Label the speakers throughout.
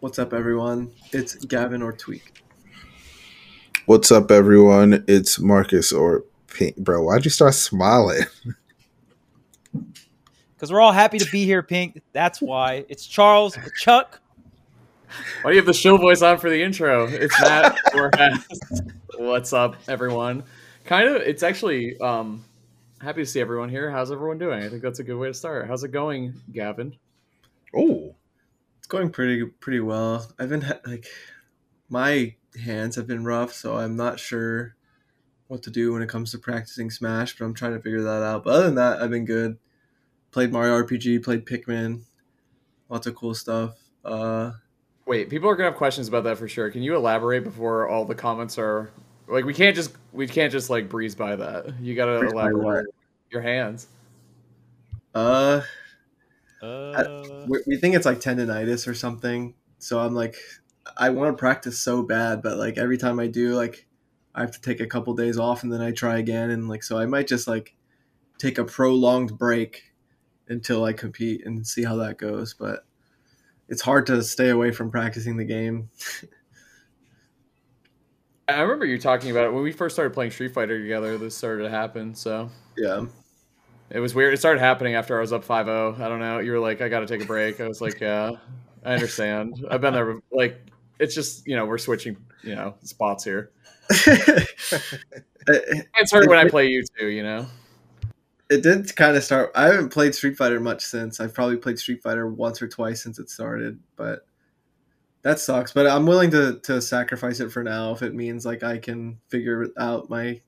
Speaker 1: What's up, everyone? It's Gavin or Tweak.
Speaker 2: What's up, everyone? It's Marcus or Pink. Bro, why'd you start smiling?
Speaker 3: because we're all happy to be here, Pink. That's why. It's Charles, Chuck.
Speaker 4: Why do you have the show voice on for the intro? It's Matt or Hess. What's up, everyone? Kind of. It's actually um, happy to see everyone here. How's everyone doing? I think that's a good way to start. How's it going, Gavin?
Speaker 2: Oh,
Speaker 1: It's going pretty pretty well. I've been ha- like, my hands have been rough, so I'm not sure what to do when it comes to practicing Smash, but I'm trying to figure that out. But other than that, I've been good. Played Mario RPG, played Pikmin, lots of cool stuff. Uh,
Speaker 4: Wait, people are gonna have questions about that for sure. Can you elaborate before all the comments are like? We can't just we can't just like breeze by that. You gotta
Speaker 1: Breeze by
Speaker 4: elaborate. Your hands.
Speaker 1: uh,
Speaker 3: Uh,
Speaker 1: we, we think it's like tendonitis or something. So I'm like, I want to practice so bad, but like every time I do, like I have to take a couple days off and then I try again. And like, so I might just like take a prolonged break until I compete and see how that goes. But it's hard to stay away from practicing the game.
Speaker 4: I remember you talking about it when we first started playing Street Fighter together. This started to happen. So
Speaker 1: Yeah.
Speaker 4: It was weird. It started happening after I was up 5-0. I don't know. You were like, I got to take a break. I was like, yeah, I understand. I've been there. before." Like, it's just, you know, we're switching, you know, spots here.
Speaker 1: it,
Speaker 4: It's hard when I play you too, you know?
Speaker 1: it did kind of start. I haven't played Street Fighter much since. I've probably played Street Fighter once or twice since it started, but that sucks. But I'm willing to to sacrifice it for now if it means like I can figure out my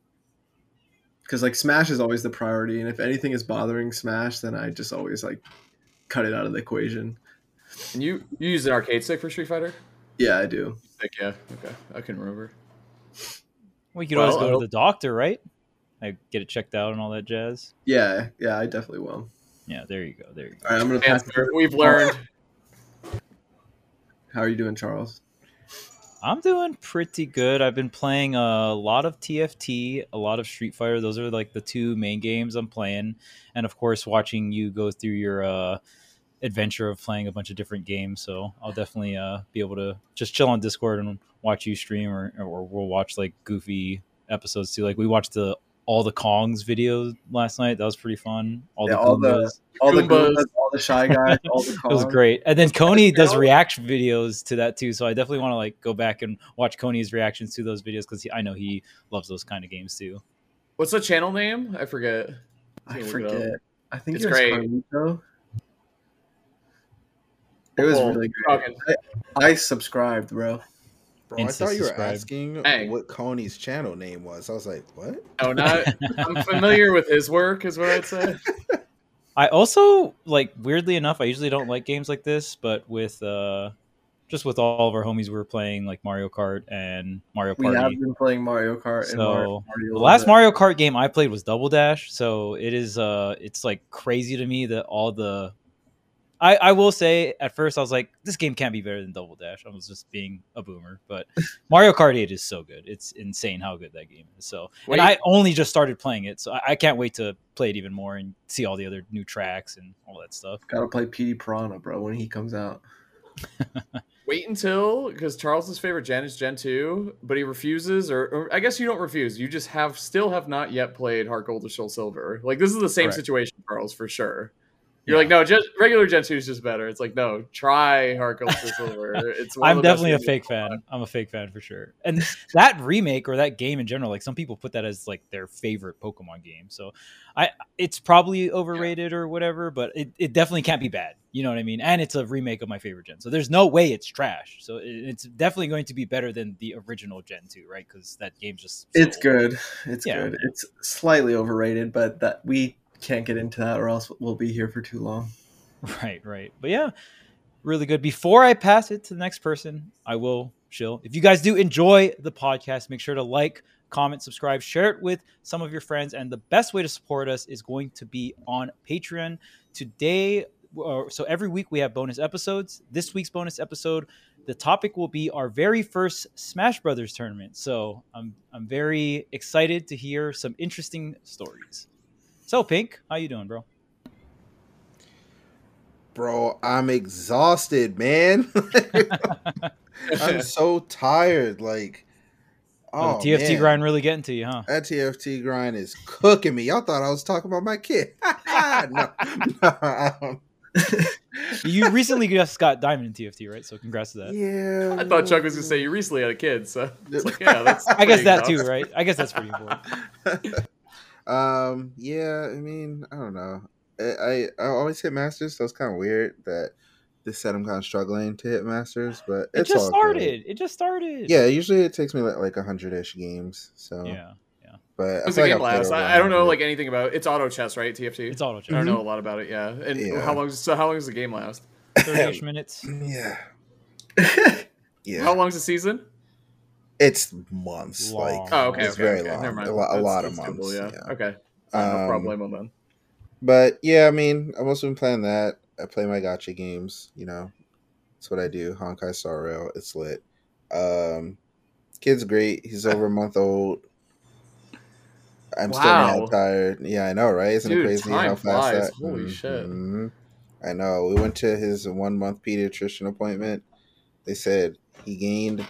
Speaker 1: because like Smash is always the priority, and if anything is bothering Smash, then I just always like cut it out of the equation.
Speaker 4: And you, you used an arcade stick for Street Fighter?
Speaker 1: Yeah, I do.
Speaker 4: Like, yeah. Okay. I can remember.
Speaker 3: we could
Speaker 4: well,
Speaker 3: always
Speaker 4: I
Speaker 3: go to
Speaker 4: don't-
Speaker 3: the doctor, right? I get it checked out and all that jazz.
Speaker 1: Yeah, yeah, I definitely will.
Speaker 3: Yeah, there you go. There you go.
Speaker 1: All right, I'm gonna pass. it
Speaker 4: Answer.
Speaker 1: over.
Speaker 4: We've learned.
Speaker 1: How are you doing, Charles?
Speaker 3: I'm doing pretty good. I've been playing a lot of TFT, a lot of Street Fighter. Those are like the two main games I'm playing, and of course, watching you go through your uh, adventure of playing a bunch of different games. So I'll definitely uh, be able to just chill on Discord and watch you stream, or, or we'll watch like goofy episodes too. Like we watched the all the Kongs video last night. That was pretty fun. All
Speaker 1: Yeah,
Speaker 3: the
Speaker 1: all the-
Speaker 3: Goombas.
Speaker 1: All the
Speaker 4: Goombas.
Speaker 1: Goombas, all the shy guys, all the
Speaker 3: It was
Speaker 1: Kongs.
Speaker 3: great. And then Coney does
Speaker 1: Yeah.
Speaker 3: react videos to that too. So I definitely want to like go back and watch Coney's reactions to those videos because I know he loves those kind of games too.
Speaker 4: What's the channel name? I forget.
Speaker 1: I
Speaker 4: Yeah, look it up.
Speaker 1: forget. I think
Speaker 4: It's
Speaker 1: it was
Speaker 4: great.
Speaker 1: Carlito. It was
Speaker 4: Well,
Speaker 1: really great.
Speaker 4: Talking.
Speaker 1: I subscribed, bro.
Speaker 2: bro, I
Speaker 3: Insta
Speaker 2: thought you were
Speaker 3: subscribe.
Speaker 2: asking
Speaker 4: Hey.
Speaker 2: what Coney's channel name was. I was like, what?
Speaker 4: No, Oh, not.
Speaker 1: Um,
Speaker 4: I'm familiar with his work, is what I'd say.
Speaker 3: I also like weirdly enough, I usually don't like games like this, but with uh just with all of our homies, we were playing like Mario Kart and Mario
Speaker 1: We have
Speaker 3: Party.
Speaker 1: been playing Mario Kart and Mario
Speaker 3: So,
Speaker 1: Party. a
Speaker 3: The
Speaker 1: little
Speaker 3: last
Speaker 1: bit.
Speaker 3: Mario Kart game I played was Double Dash, so it is uh it's like crazy to me that all the I, I will say at first I was like, this game can't be better than Double Dash. I was just being a boomer, but Mario Kart 8 is so good. It's insane how good that game is. So
Speaker 4: Wait.
Speaker 3: and I only just started playing it, so I, I can't wait to play it even more and see all the other new tracks and all that stuff.
Speaker 1: Gotta play P.D. Piranha, bro, when he comes out.
Speaker 4: Wait until because Charles's favorite gen is Gen two, but he refuses, or, or I guess you don't refuse. You just have still have not yet played Heart Gold or Soul Silver. Like this is the same
Speaker 3: Correct.
Speaker 4: situation, Charles, for sure. You're like, no, just regular Gen two is just better. It's like, no, try Heart Gold Soul Silver. It's one
Speaker 3: I'm
Speaker 4: of the best
Speaker 3: definitely a
Speaker 4: games.
Speaker 3: fake fan. I'm a fake fan for sure. And that remake or that game in general, like some people put that as like their favorite Pokemon game. So I it's probably overrated or whatever, but it, it definitely can't be bad. You know what I mean? And it's a remake of my favorite gen. So there's no way it's trash. So it, it's definitely going to be better than the original Gen 2, right? Because that game's just so
Speaker 1: It's
Speaker 3: old.
Speaker 1: good. It's
Speaker 3: Yeah.
Speaker 1: good. It's slightly overrated, but that we can't get into that, or else we'll be here for too long.
Speaker 3: Right, right. But yeah, really good. Before I pass it to the next person, I will chill. If you guys do enjoy the podcast, make sure to like, comment, subscribe, share it with some of your friends. And the best way to support us is going to be on Patreon. Today, or- so every week we have bonus episodes. This week's bonus episode, the topic will be our very first Smash Brothers tournament. So I'm I'm very excited to hear some interesting stories. So Pink, how you doing, bro?
Speaker 2: bro, I'm exhausted, man. I'm so tired. Like,
Speaker 3: Oh, the TFT
Speaker 2: man.
Speaker 3: grind really getting to you, huh?
Speaker 2: That TFT grind is cooking me. Y'all thought I was talking about my kid. no, no, I don't.
Speaker 3: You recently just got diamond in TFT, right? So congrats to that.
Speaker 2: Yeah,
Speaker 4: I thought Chuck was gonna say you recently had a kid, so it's like,
Speaker 2: Yeah.
Speaker 4: yeah, that's.
Speaker 3: I guess
Speaker 4: pretty
Speaker 3: that too,
Speaker 4: exhausting.
Speaker 3: right? I guess that's pretty important.
Speaker 2: Um, yeah, I mean, I don't know. I I, I always hit masters, so it's kind of weird that this set I'm kind of struggling to hit masters, but
Speaker 3: It
Speaker 2: it's
Speaker 3: just
Speaker 2: all
Speaker 3: started.
Speaker 2: Good.
Speaker 3: It just started.
Speaker 2: Yeah, usually it takes me like like hundred ish games. So,
Speaker 3: Yeah.
Speaker 2: but
Speaker 4: It was
Speaker 2: feel
Speaker 4: a
Speaker 2: like
Speaker 4: game
Speaker 2: I've played
Speaker 4: last.
Speaker 2: over
Speaker 4: I, I don't know
Speaker 2: 100.
Speaker 4: like anything about it's auto chess, right? TFT.
Speaker 3: It's Mm-hmm. auto
Speaker 4: I don't
Speaker 3: chess.
Speaker 4: know a lot about it. Yeah, and
Speaker 2: Yeah.
Speaker 4: how long? So how long does the game last?
Speaker 3: 30-ish Mm-hmm. minutes.
Speaker 2: yeah, yeah.
Speaker 4: How long's the season?
Speaker 2: It's months.
Speaker 3: Long.
Speaker 2: Like,
Speaker 4: Oh, okay,
Speaker 2: it's
Speaker 4: okay,
Speaker 2: very
Speaker 4: okay.
Speaker 2: long.
Speaker 4: Never mind.
Speaker 2: A, lo- a
Speaker 4: That's-
Speaker 2: lot of
Speaker 4: that's doable,
Speaker 2: months.
Speaker 4: yeah.
Speaker 2: yeah.
Speaker 4: Okay. Fine, no
Speaker 2: Um,
Speaker 4: problem on them.
Speaker 2: But yeah, I mean, I've also been playing that. I play my gotcha games, you know. That's what I do. Honkai Star Rail, it's lit. Um kid's great. He's over a month old. I'm still
Speaker 4: Wow.
Speaker 2: not tired. Yeah, I know, right? Isn't
Speaker 4: Dude,
Speaker 2: it crazy
Speaker 4: time
Speaker 2: how fast
Speaker 4: flies.
Speaker 2: that?
Speaker 4: Holy shit.
Speaker 2: Mhm. I know. We went to his one month pediatrician appointment. They said he gained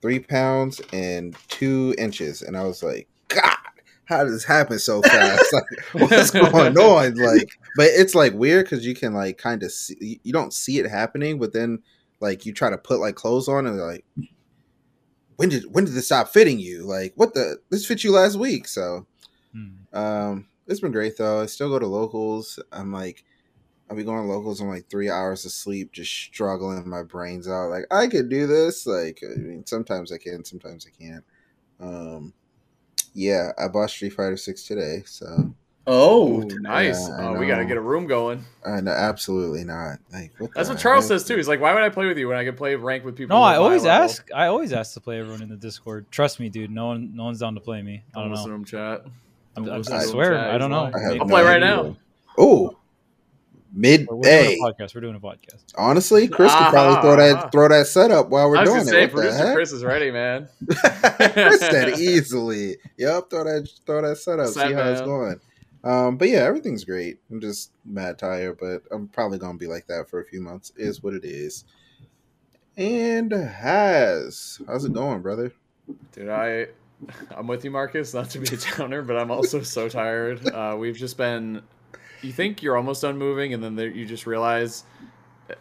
Speaker 2: three pounds and two inches, and I was like, God, how did this happen so fast? Like, what's going on? Like, but it's like weird because you can like kind of see, you- you don't see it happening, but then like you try to put like clothes on and like, when did when did this stop fitting you? Like, what the this fit you last week? So,
Speaker 3: Hmm.
Speaker 2: um, it's been great though. I still go to locals. I'm like, I'll be going to locals on like three hours of sleep, just struggling my brains out. Like, I could do this. Like, I mean, sometimes I can, sometimes I can't. Um, yeah, I bought Street Fighter Six today, so.
Speaker 1: oh,
Speaker 4: Ooh, nice.
Speaker 2: Yeah, I
Speaker 4: oh, we gotta
Speaker 2: know.
Speaker 4: get a room going.
Speaker 2: Uh, no, absolutely not. Like what
Speaker 4: That's
Speaker 2: the
Speaker 4: what Charles
Speaker 2: heck?
Speaker 4: says too. He's like, "Why would I play with you when I could play rank with people?"
Speaker 3: No,
Speaker 4: who are
Speaker 3: I
Speaker 4: my
Speaker 3: always
Speaker 4: level?"
Speaker 3: ask. I always ask to play everyone in the Discord. Trust me, dude. No one, no one's down to play me. I
Speaker 4: Don't
Speaker 3: don't
Speaker 4: listen
Speaker 3: know.
Speaker 4: to him chat.
Speaker 3: I'm,
Speaker 4: Don't
Speaker 3: I'm,
Speaker 4: listen
Speaker 3: I
Speaker 4: to him
Speaker 3: swear,
Speaker 4: chat.
Speaker 3: I
Speaker 4: He's
Speaker 3: don't know.
Speaker 4: lying.
Speaker 2: I have
Speaker 3: Maybe-
Speaker 4: I'll play right now.
Speaker 2: Oh, mid
Speaker 3: We're
Speaker 2: hey.
Speaker 3: doing a podcast. We're doing a podcast.
Speaker 2: Honestly, Chris could probably throw
Speaker 4: Ah.
Speaker 2: that throw that setup while we're
Speaker 4: I was
Speaker 2: doing
Speaker 4: gonna say,
Speaker 2: it. What the
Speaker 4: producer
Speaker 2: heck?
Speaker 4: Chris is ready, man.
Speaker 2: Chris said easily. Yep, throw that throw that setup.
Speaker 4: Set,
Speaker 2: see how it's
Speaker 4: man.
Speaker 2: going. Um, but yeah, everything's great. I'm just mad tired, but I'm probably gonna be like that for a few months. Is what it is. And has how's it going, brother?
Speaker 4: Dude, I I'm with you, Marcus. Not to be a downer, but I'm also so tired. Uh, we've just been. You think you're almost done moving, and then there, you just realize.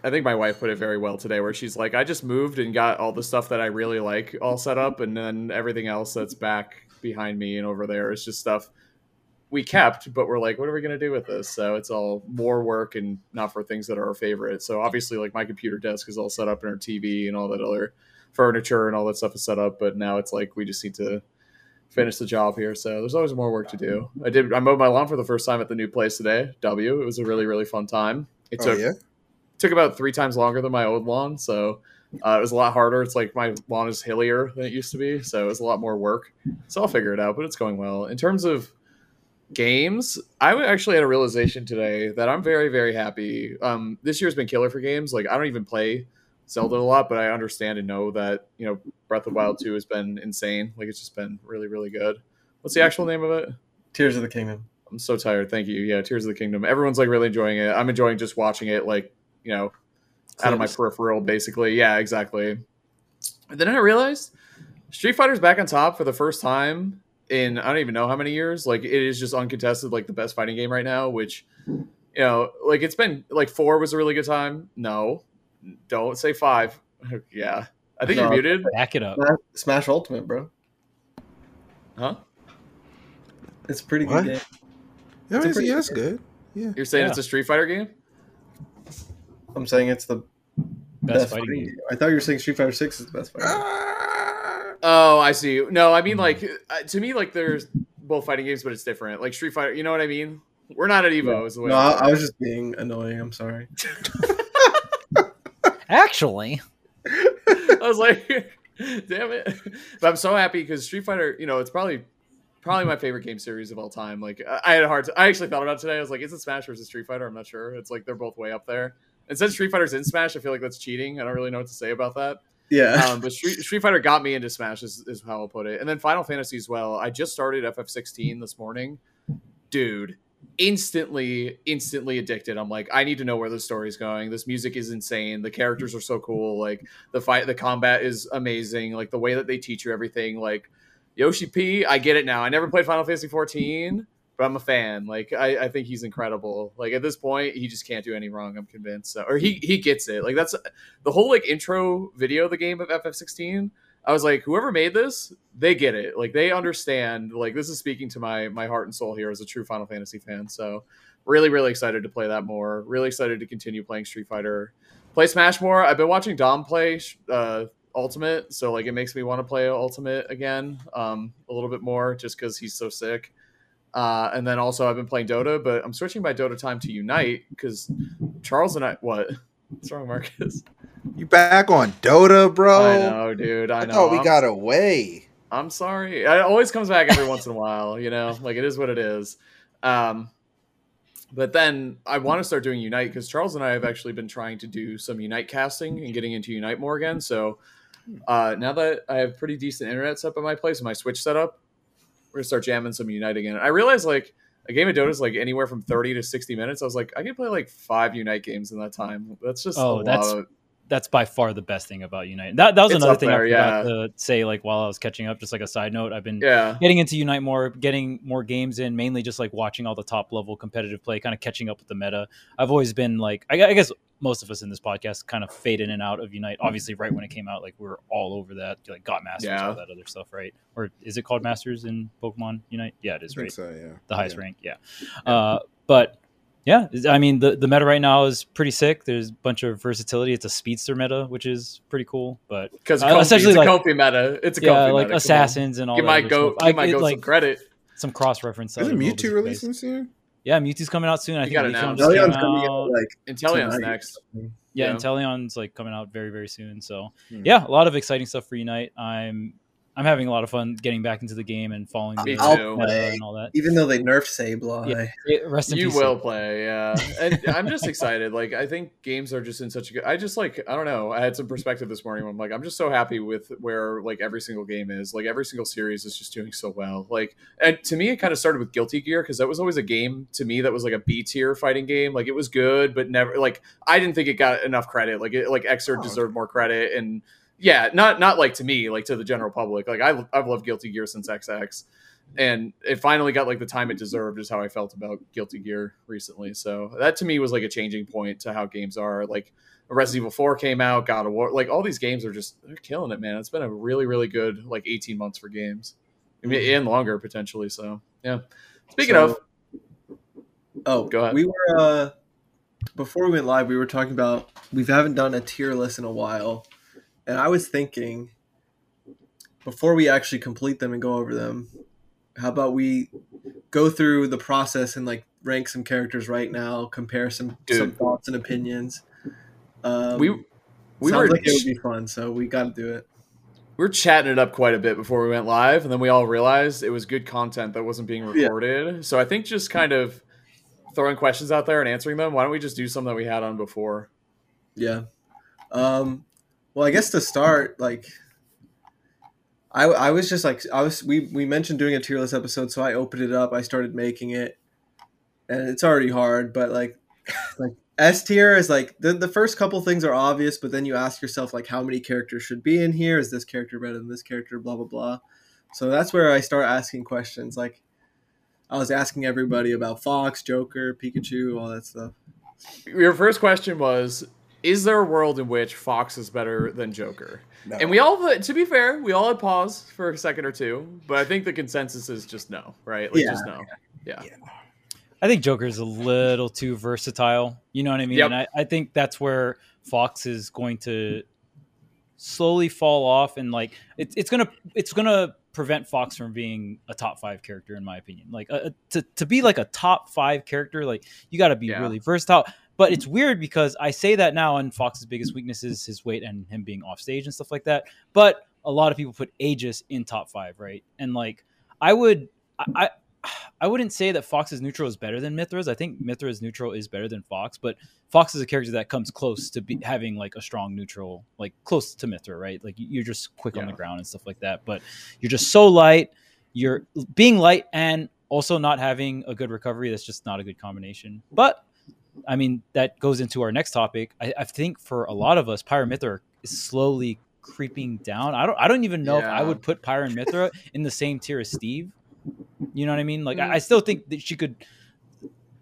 Speaker 4: I think my wife put it very well today, where she's like, "I just moved and got all the stuff that I really like all set up, and then everything else that's back behind me and over there is just stuff we kept, but we're like, what are we gonna do with this? So it's all more work and not for things that are our favorite. So obviously, like my computer desk is all set up, and our TV and all that other furniture and all that stuff is set up. But now it's like we just need to finish the job here. So there's always more work to do. I did. I mowed my lawn for the first time at the new place today. W. It was a really really fun time. It
Speaker 2: Oh
Speaker 4: took
Speaker 2: yeah,
Speaker 4: took about three times longer than my old lawn, so uh, it was a lot harder. It's like my lawn is hillier than it used to be, so it was a lot more work. So I'll figure it out, but it's going well. In terms of games, I actually had a realization today that I'm very, very happy. Um, this year's been killer for games. Like I don't even play Zelda a lot, but I understand and know that you know Breath of the Wild Two has been insane. Like it's just been really, really good. What's the actual name of it?
Speaker 1: Tears of the Kingdom.
Speaker 4: I'm so tired. Thank you. Yeah, Tears of the Kingdom. Everyone's like really enjoying it. I'm enjoying just watching it, like you know, out of my
Speaker 1: Clips.
Speaker 4: peripheral, basically. Yeah, exactly. And then I realized Street Fighter's back on top for the first time in I don't even know how many years. Like it is just uncontested, like the best fighting game right now. Which you know, like it's been like four was a really good time. No, don't say five. yeah, I think
Speaker 1: No.
Speaker 4: you're muted,
Speaker 3: Back it up.
Speaker 1: Smash- Smash Ultimate, bro.
Speaker 4: huh?
Speaker 1: It's a pretty
Speaker 2: What?
Speaker 1: good game.
Speaker 2: yeah,
Speaker 1: It's a pretty-
Speaker 2: yeah, that's good. Yeah,
Speaker 4: You're saying
Speaker 3: Yeah.
Speaker 4: it's a Street Fighter game?
Speaker 1: I'm saying it's the
Speaker 3: Best,
Speaker 1: best,
Speaker 3: fighting
Speaker 1: fighting
Speaker 3: game. Ah.
Speaker 1: game. I thought you were saying Street Fighter Six is the best fighting. game.
Speaker 2: Ah!
Speaker 4: Oh, I see. No, I mean
Speaker 3: Mhm.
Speaker 4: like uh, to me, like there's both fighting games, but it's different. Like Street Fighter, you know what I mean? We're not at Evo, is the way.
Speaker 1: No, I, I was just being annoying. I'm sorry.
Speaker 3: Actually,
Speaker 4: I was like, damn it. But I'm so happy because Street Fighter, you know, it's probably probably my favorite game series of all time. Like I I had a hard t- I actually thought about it today. I was like, is it Smash versus Street Fighter? I'm not sure. It's like they're both way up there. And since Street Fighter's in Smash, I feel like that's cheating. I don't really know what to say about that.
Speaker 1: Yeah.
Speaker 4: um, but Street, Street Fighter got me into Smash is, is how I'll put it. And then Final Fantasy as well. I just started FF16 this morning. Dude, instantly instantly addicted i'm like i need to know where this story's going this music is insane the characters are so cool like the fight the combat is amazing like the way that they teach you everything like yoshi p i get it now i never played final fantasy 14 but i'm a fan like I, I think he's incredible like at this point he just can't do any wrong i'm convinced so, or he he gets it like that's the whole like intro video of the game of ff16 I was like, whoever made this, they get it. Like they understand. Like this is speaking to my my heart and soul here as a true Final Fantasy fan. So really, really excited to play that more. Really excited to continue playing Street Fighter, play Smash more. I've been watching Dom play uh, Ultimate, so like it makes me want to play Ultimate again um, a little bit more, just because he's so sick. Uh, and then also I've been playing Dota, but I'm switching my Dota time to Unite because Charles and I what. What's wrong, Marcus?
Speaker 2: You back on Dota, bro?
Speaker 4: I know, dude. I
Speaker 2: Oh, I
Speaker 4: know.
Speaker 2: thought we
Speaker 4: I'm-
Speaker 2: got away.
Speaker 4: I'm sorry. It always comes back every once in a while, you know. Like it is what it is. Um, but then I want to start doing Unite because Charles and I have actually been trying to do some Unite casting and getting into Unite more again. So uh, now that I have pretty decent internet set up at my place and my Switch set up, we're gonna start jamming some Unite again. I realize like a game of Dota is like anywhere from thirty to sixty minutes. I was like, I could play like five Unite games in that time. That's just
Speaker 3: Oh,
Speaker 4: a
Speaker 3: that's
Speaker 4: lot.
Speaker 3: that's by far the best thing about Unite. That that was
Speaker 4: It's
Speaker 3: another
Speaker 4: up
Speaker 3: thing
Speaker 4: there,
Speaker 3: I forgot to say. Like while I was catching up, just like a side note, I've been
Speaker 4: yeah.
Speaker 3: getting into Unite more, getting more games in, mainly just like watching all the top level competitive play, kind of catching up with the meta. I've always been like, I, gu- I guess most of us in this podcast kind of fade in and out of
Speaker 4: Hmm.
Speaker 3: Unite. Obviously, right when it came out, like we were all over that, like got Masters,
Speaker 4: Yeah.
Speaker 3: all that other stuff, right? Or is it called Masters in Pokemon Unite? Yeah, it
Speaker 2: I
Speaker 3: is,
Speaker 2: think
Speaker 3: right?
Speaker 2: so, yeah.
Speaker 3: the highest
Speaker 2: yeah.
Speaker 3: rank. Yeah. Uh, but yeah, is- I mean the, the meta right now is pretty sick. There's a bunch of versatility. It's a speedster meta, which is pretty cool. But
Speaker 4: Because
Speaker 3: Uh, essentially,
Speaker 4: it's
Speaker 3: like-
Speaker 4: a Kofi meta. It's a
Speaker 3: yeah, like
Speaker 4: Kofi meta. come on.
Speaker 3: assassins and all.
Speaker 4: Give
Speaker 3: that
Speaker 4: my
Speaker 3: other
Speaker 4: goat,
Speaker 3: stuff. I-
Speaker 4: give my
Speaker 3: it,
Speaker 4: goat
Speaker 3: like,
Speaker 4: some credit.
Speaker 3: some cross reference.
Speaker 2: Isn't Mewtwo releasing soon?
Speaker 3: Yeah, Mewtwo's coming out soon. I
Speaker 4: You
Speaker 3: think
Speaker 4: got
Speaker 3: Leafeon
Speaker 4: announced.
Speaker 3: just came
Speaker 1: Galleon's coming
Speaker 3: out.
Speaker 1: out like tonight
Speaker 4: Intellion's
Speaker 1: or
Speaker 4: next.
Speaker 1: something.
Speaker 3: yeah,
Speaker 4: yeah.
Speaker 3: Inteleon's like coming out very very soon. So
Speaker 2: Hmm.
Speaker 3: yeah, a lot of exciting stuff for Unite. I'm I'm having a lot of fun getting back into the game and following the
Speaker 4: Me
Speaker 1: I'll
Speaker 4: too.
Speaker 3: meta
Speaker 1: play.
Speaker 3: and all that.
Speaker 1: Even though they nerfed Sableye,
Speaker 3: Yeah. It- rest in
Speaker 4: You
Speaker 3: peace.
Speaker 4: will play, yeah. And I'm just excited. Like I think games are just in such a good. I just like I don't know. I had some perspective this morning. Where I'm like I'm just so happy with where like every single game is. Like every single series is just doing so well. Like and to me, it kind of started with Guilty Gear because that was always a game to me that was like a B tier fighting game. Like it was good, but never like I didn't think it got enough credit. Like it, like Xrd
Speaker 2: Oh,
Speaker 4: deserved more credit and. Yeah, not not like to me, like to the general public. Like I, I've loved Guilty Gear since XX, and it finally got like the time it deserved is how i felt about guilty gear recently so that to me was like a changing point to how games are like resident evil 4 came out god of war like all these games are just they're killing it man it's been a really really good like 18 months for games I mean, and longer potentially so yeah speaking
Speaker 1: Mm. So-
Speaker 4: of
Speaker 1: Oh,
Speaker 4: Go ahead.
Speaker 1: We were uh, before we went live. We were talking about we haven't done a tier list in a while, and I was thinking before we actually complete them and go over them, how about we go through the process and like rank some characters right now, compare some some
Speaker 4: Dude.
Speaker 1: thoughts and opinions. Um,
Speaker 4: we we
Speaker 1: sounds
Speaker 4: were
Speaker 1: like it would be fun, so we got to do it.
Speaker 4: we were chatting it up quite a bit before we went live, and then we all realized it was good content that wasn't being
Speaker 1: Yeah.
Speaker 4: recorded. So I think just kind of throwing questions out there and answering them. Why don't we just do something that we had on before?
Speaker 1: Yeah. Um, well, I guess to start, like, I, I was just like I was we we mentioned doing a tier list episode, so I opened it up. I started making it, and it's already hard, but like like S tier is like the the first couple things are obvious, but then you ask yourself like how many characters should be in here? Is this character better than this character? Blah blah blah. So that's where I start asking questions. Like I was asking everybody about Fox, Joker, Pikachu, all that stuff.
Speaker 4: Your first question was: Is there a world in which Fox is better than Joker?
Speaker 2: No.
Speaker 4: And we all, to be fair, we all had pause for a second or two, but I think the consensus is just no, right? Like
Speaker 1: Yeah.
Speaker 4: just no. Yeah.
Speaker 3: I think Joker's a little too versatile. You know what I mean?
Speaker 4: Yep.
Speaker 3: And I, I think that's where Fox is going to slowly fall off and like it's it's gonna it's gonna prevent Fox from being a top five character in my opinion. Like uh, to to be like a top five character, like you got to be
Speaker 4: Yeah.
Speaker 3: really versatile. But it's weird because I say that now, and Fox's biggest weakness is his weight and him being off stage and stuff like that. But a lot of people put Aegis in top five, right? And like I would, I, I, I wouldn't say that Fox's neutral is better than Mithra's. I think Mithra's neutral is better than Fox, but Fox is a character that comes close to be, having like a strong neutral, like close to Mithra, right? Like you- you're just quick on
Speaker 4: Yeah.
Speaker 3: the ground and stuff like that. But you're just so light. You're being light and Also, not having a good recovery, that's just not a good combination. But I mean, that goes into our next topic. I, I think for a lot of us, Pyramithra is slowly creeping down. I don't I don't even know if I
Speaker 4: Yeah.
Speaker 3: would put Pyramithra in the same tier as Steve. You know what I mean? Like I, I still think that she could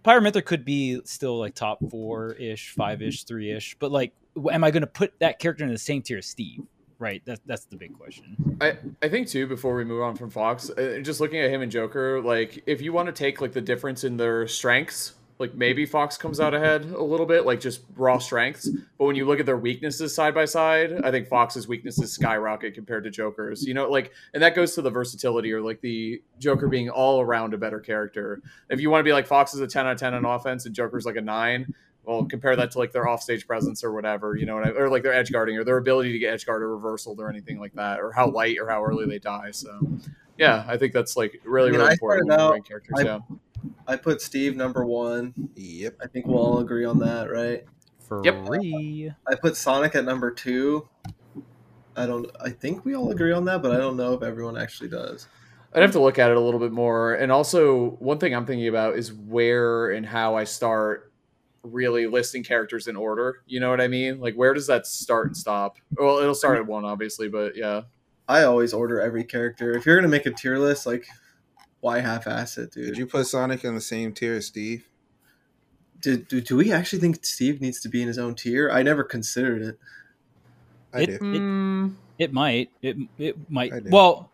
Speaker 3: Pyramithra could be still like top four ish, five ish, three ish, but like w- am I gonna put that character in the same tier as Steve? Right. That's that's the big question.
Speaker 4: I, I think too before we move on from Fox, uh, just looking at him and Joker, like if you want to take like the difference in their strengths, like maybe Fox comes out ahead a little bit, like just raw strengths. But when you look at their weaknesses side by side, I think Fox's weaknesses skyrocket compared to Joker's. You know, like and that goes to the versatility or like the Joker being all around a better character. If you want to be like Fox is a ten out of ten on offense and Joker's like a nine. Well, compare that to like their offstage presence or whatever, you know, what I- or like their edge guarding or their ability to get edge guard or reversal or anything like that, or how light or how early they die. So, yeah, I think that's like really,
Speaker 1: I mean,
Speaker 4: really
Speaker 1: I started
Speaker 4: important. when you
Speaker 1: out-
Speaker 4: rank characters,
Speaker 1: I-
Speaker 4: yeah.
Speaker 1: I put Steve number one.
Speaker 2: Yep.
Speaker 1: I think we'll all agree on that, right?
Speaker 3: For
Speaker 4: Yep.
Speaker 3: free.
Speaker 1: I put Sonic at number two. I don't. I think we all agree on that, but I don't know if everyone actually does.
Speaker 4: I'd have to look at it a little bit more. And also, one thing I'm thinking about is where and how I start really listing characters in order. You know what I mean? Like, where does that start and stop? Well, it'll start at one, obviously, but yeah.
Speaker 1: I always order every character. If you're gonna make a tier list, like why half-ass it, dude?
Speaker 2: Did you put Sonic in the same tier as Steve?
Speaker 1: do, do, do we actually think Steve needs to be in his own tier? I never considered it.
Speaker 2: I
Speaker 3: It-
Speaker 2: do.
Speaker 4: Mm,
Speaker 3: It might. It it might.
Speaker 2: I do.
Speaker 3: well,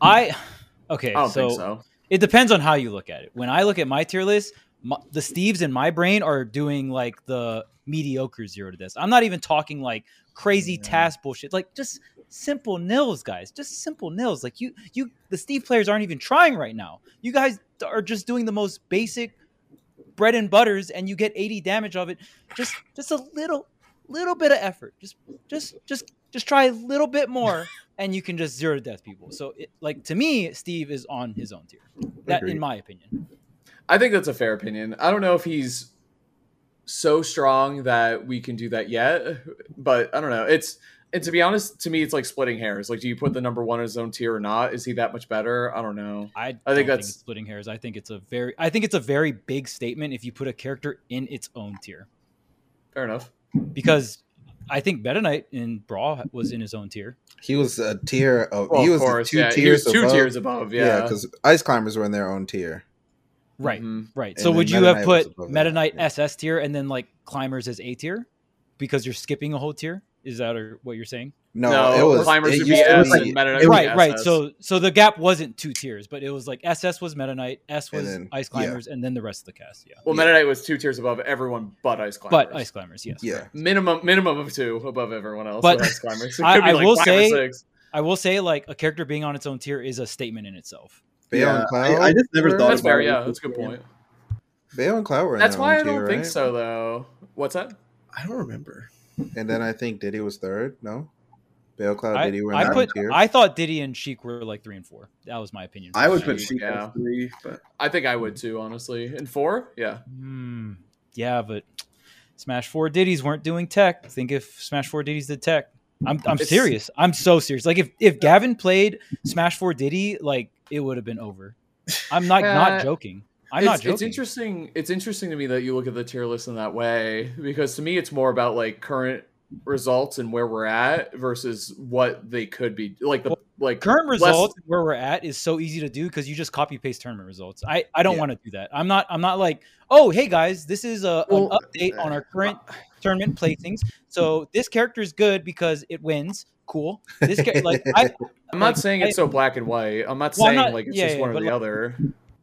Speaker 3: I okay.
Speaker 4: I don't
Speaker 3: so,
Speaker 4: think so.
Speaker 3: it depends on how you look at it. When I look at my tier list, my, the Steves in my brain are doing like the mediocre zero to this. I'm not even talking like crazy
Speaker 1: Yeah.
Speaker 3: task bullshit. Like just simple nils, guys. Just simple nils. Like you, you, the Steve players aren't even trying right now. You guys are just doing the most basic bread and butters, and you get 80 damage of it. Just, just a little, little bit of effort. Just, just, just, just try a little bit more, and you can just zero to death people. So, it, like to me, Steve is on his own tier. That, in
Speaker 2: Agreed.
Speaker 3: my opinion,
Speaker 4: I think that's a fair opinion. I don't know if he's so strong that we can do that yet, but I don't know. It's and to be honest, to me, it's like splitting hairs. Like, do you put the number one in his own tier or not? Is he that much better? I don't know.
Speaker 3: I, don't
Speaker 4: that's-
Speaker 3: it's splitting hairs. I think it's a very, I think it's a very big statement if you put a character in its own tier
Speaker 4: Fair enough.
Speaker 3: because I think Meta Knight in Brawl was in his own tier.
Speaker 2: He was a tier of.
Speaker 4: Well,
Speaker 2: he
Speaker 4: of
Speaker 2: was the
Speaker 4: course,
Speaker 2: two
Speaker 4: yeah. He was
Speaker 2: tiers.
Speaker 4: two
Speaker 2: above.
Speaker 4: tiers above. Yeah,
Speaker 2: Yeah, because ice climbers were in their own tier.
Speaker 3: Right,
Speaker 4: Mhm.
Speaker 3: right.
Speaker 2: Mm-hmm. And
Speaker 3: So
Speaker 2: then
Speaker 3: would you
Speaker 2: Meta
Speaker 3: have
Speaker 2: Knight was
Speaker 3: put
Speaker 2: above
Speaker 3: Meta
Speaker 2: that,
Speaker 3: Knight
Speaker 2: yeah.
Speaker 3: SS tier and then like Climbers as A tier because you're skipping a whole tier? Is that or what you're saying?
Speaker 2: No,
Speaker 4: No,
Speaker 2: it was
Speaker 4: climbers
Speaker 2: it
Speaker 4: should be
Speaker 2: used to
Speaker 4: S
Speaker 2: be-
Speaker 4: and Meta Knight
Speaker 2: it
Speaker 4: should
Speaker 2: was-
Speaker 4: be
Speaker 3: right, right.
Speaker 4: SS.
Speaker 3: So so the gap wasn't two tiers, but it was like SS was Meta Knight, S
Speaker 2: And
Speaker 3: was
Speaker 2: then-
Speaker 3: Ice
Speaker 2: yeah.
Speaker 3: Climbers, and then the rest of the cast. Yeah,
Speaker 4: well, Meta Knight was two tiers above everyone but Ice Climbers.
Speaker 3: but Ice Climbers, yes.
Speaker 2: Yeah.
Speaker 3: correct.
Speaker 4: minimum minimum of two above everyone else.
Speaker 3: But
Speaker 4: with Ice Climbers. It
Speaker 3: I-
Speaker 4: could be
Speaker 3: I
Speaker 4: like
Speaker 3: will
Speaker 4: five or
Speaker 3: say-
Speaker 4: six.
Speaker 3: I will say like a character being on its own tier is a statement in itself.
Speaker 2: Bale
Speaker 1: yeah,
Speaker 2: and Cloud.
Speaker 1: I, I just never thought
Speaker 4: that's
Speaker 1: about
Speaker 4: fair.
Speaker 1: it.
Speaker 4: Yeah, that's a good point.
Speaker 2: Bale and Cloud were in
Speaker 4: That's
Speaker 2: their
Speaker 4: why
Speaker 2: own
Speaker 4: I don't
Speaker 2: tier,
Speaker 4: think
Speaker 2: right?
Speaker 4: so, though. What's that?
Speaker 1: I don't remember.
Speaker 2: And then I think Diddy was third. No, Bale Cloud
Speaker 3: I,
Speaker 2: Diddy were in
Speaker 3: I
Speaker 2: their own
Speaker 3: put
Speaker 2: tier.
Speaker 3: I thought Diddy and Sheik were like three and four. That was my opinion.
Speaker 1: I would put
Speaker 4: Sheik,
Speaker 1: Sheik
Speaker 4: yeah.
Speaker 1: at three, but
Speaker 4: I think I would too, honestly. And four? Yeah.
Speaker 3: Hmm. yeah, but Smash Four Diddies weren't doing tech. Think if Smash Four Diddies did tech. I'm I'm
Speaker 4: It's-
Speaker 3: serious. I'm so serious. Like if if Gavin played Smash Four Diddy, like it would have been over. I'm not
Speaker 4: Uh,
Speaker 3: not joking. I'm
Speaker 4: it's,
Speaker 3: not joking.
Speaker 4: It's interesting. It's interesting to me that you look at the tier list in that way because to me it's more about like current results and where we're at versus what they could be like the
Speaker 3: Well,
Speaker 4: like
Speaker 3: Current
Speaker 4: less-
Speaker 3: results where we're at is so easy to do because you just copy paste tournament results. I, I don't
Speaker 2: Yeah.
Speaker 3: want to do that. I'm not I'm not like oh hey guys this is a,
Speaker 4: Well,
Speaker 3: an update on our current tournament placings. So this character is good because it wins. Cool. This char- like I
Speaker 4: I'm not
Speaker 3: like,
Speaker 4: saying
Speaker 3: I-
Speaker 4: it's so black and white. I'm not
Speaker 3: Well, I'm
Speaker 4: saying
Speaker 3: not-
Speaker 4: like it's
Speaker 3: yeah,
Speaker 4: just
Speaker 3: yeah,
Speaker 4: one or
Speaker 3: but,
Speaker 4: the
Speaker 3: like,
Speaker 4: other.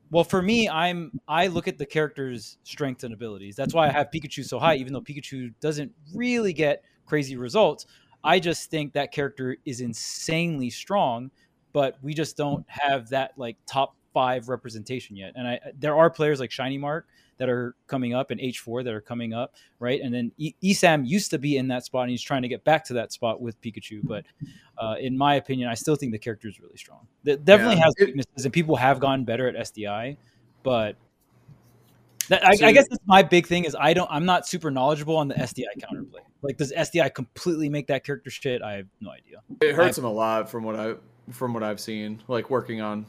Speaker 3: Well, for me, I'm I look at the character's strengths and abilities. That's why I have Pikachu so high, even though Pikachu doesn't really get crazy results. I just think that character is insanely strong, but we just don't have that like top five representation yet. And I there are players like Shiny Mark that are coming up and H4 that are coming up, right? And then e- Esam used to be in that spot and he's trying to get back to that spot with Pikachu. But uh, in my opinion, I still think the character is really strong. That definitely
Speaker 4: Yeah.
Speaker 3: has
Speaker 4: It-
Speaker 3: weaknesses and people have gotten better at SDI, but that, I,
Speaker 4: So-
Speaker 3: I guess that's my big thing is I don't I'm not super knowledgeable on the SDI counterplay. Like does SDI completely make that character shit? I have no idea.
Speaker 4: It hurts him a lot from what I from what I've seen. Like working on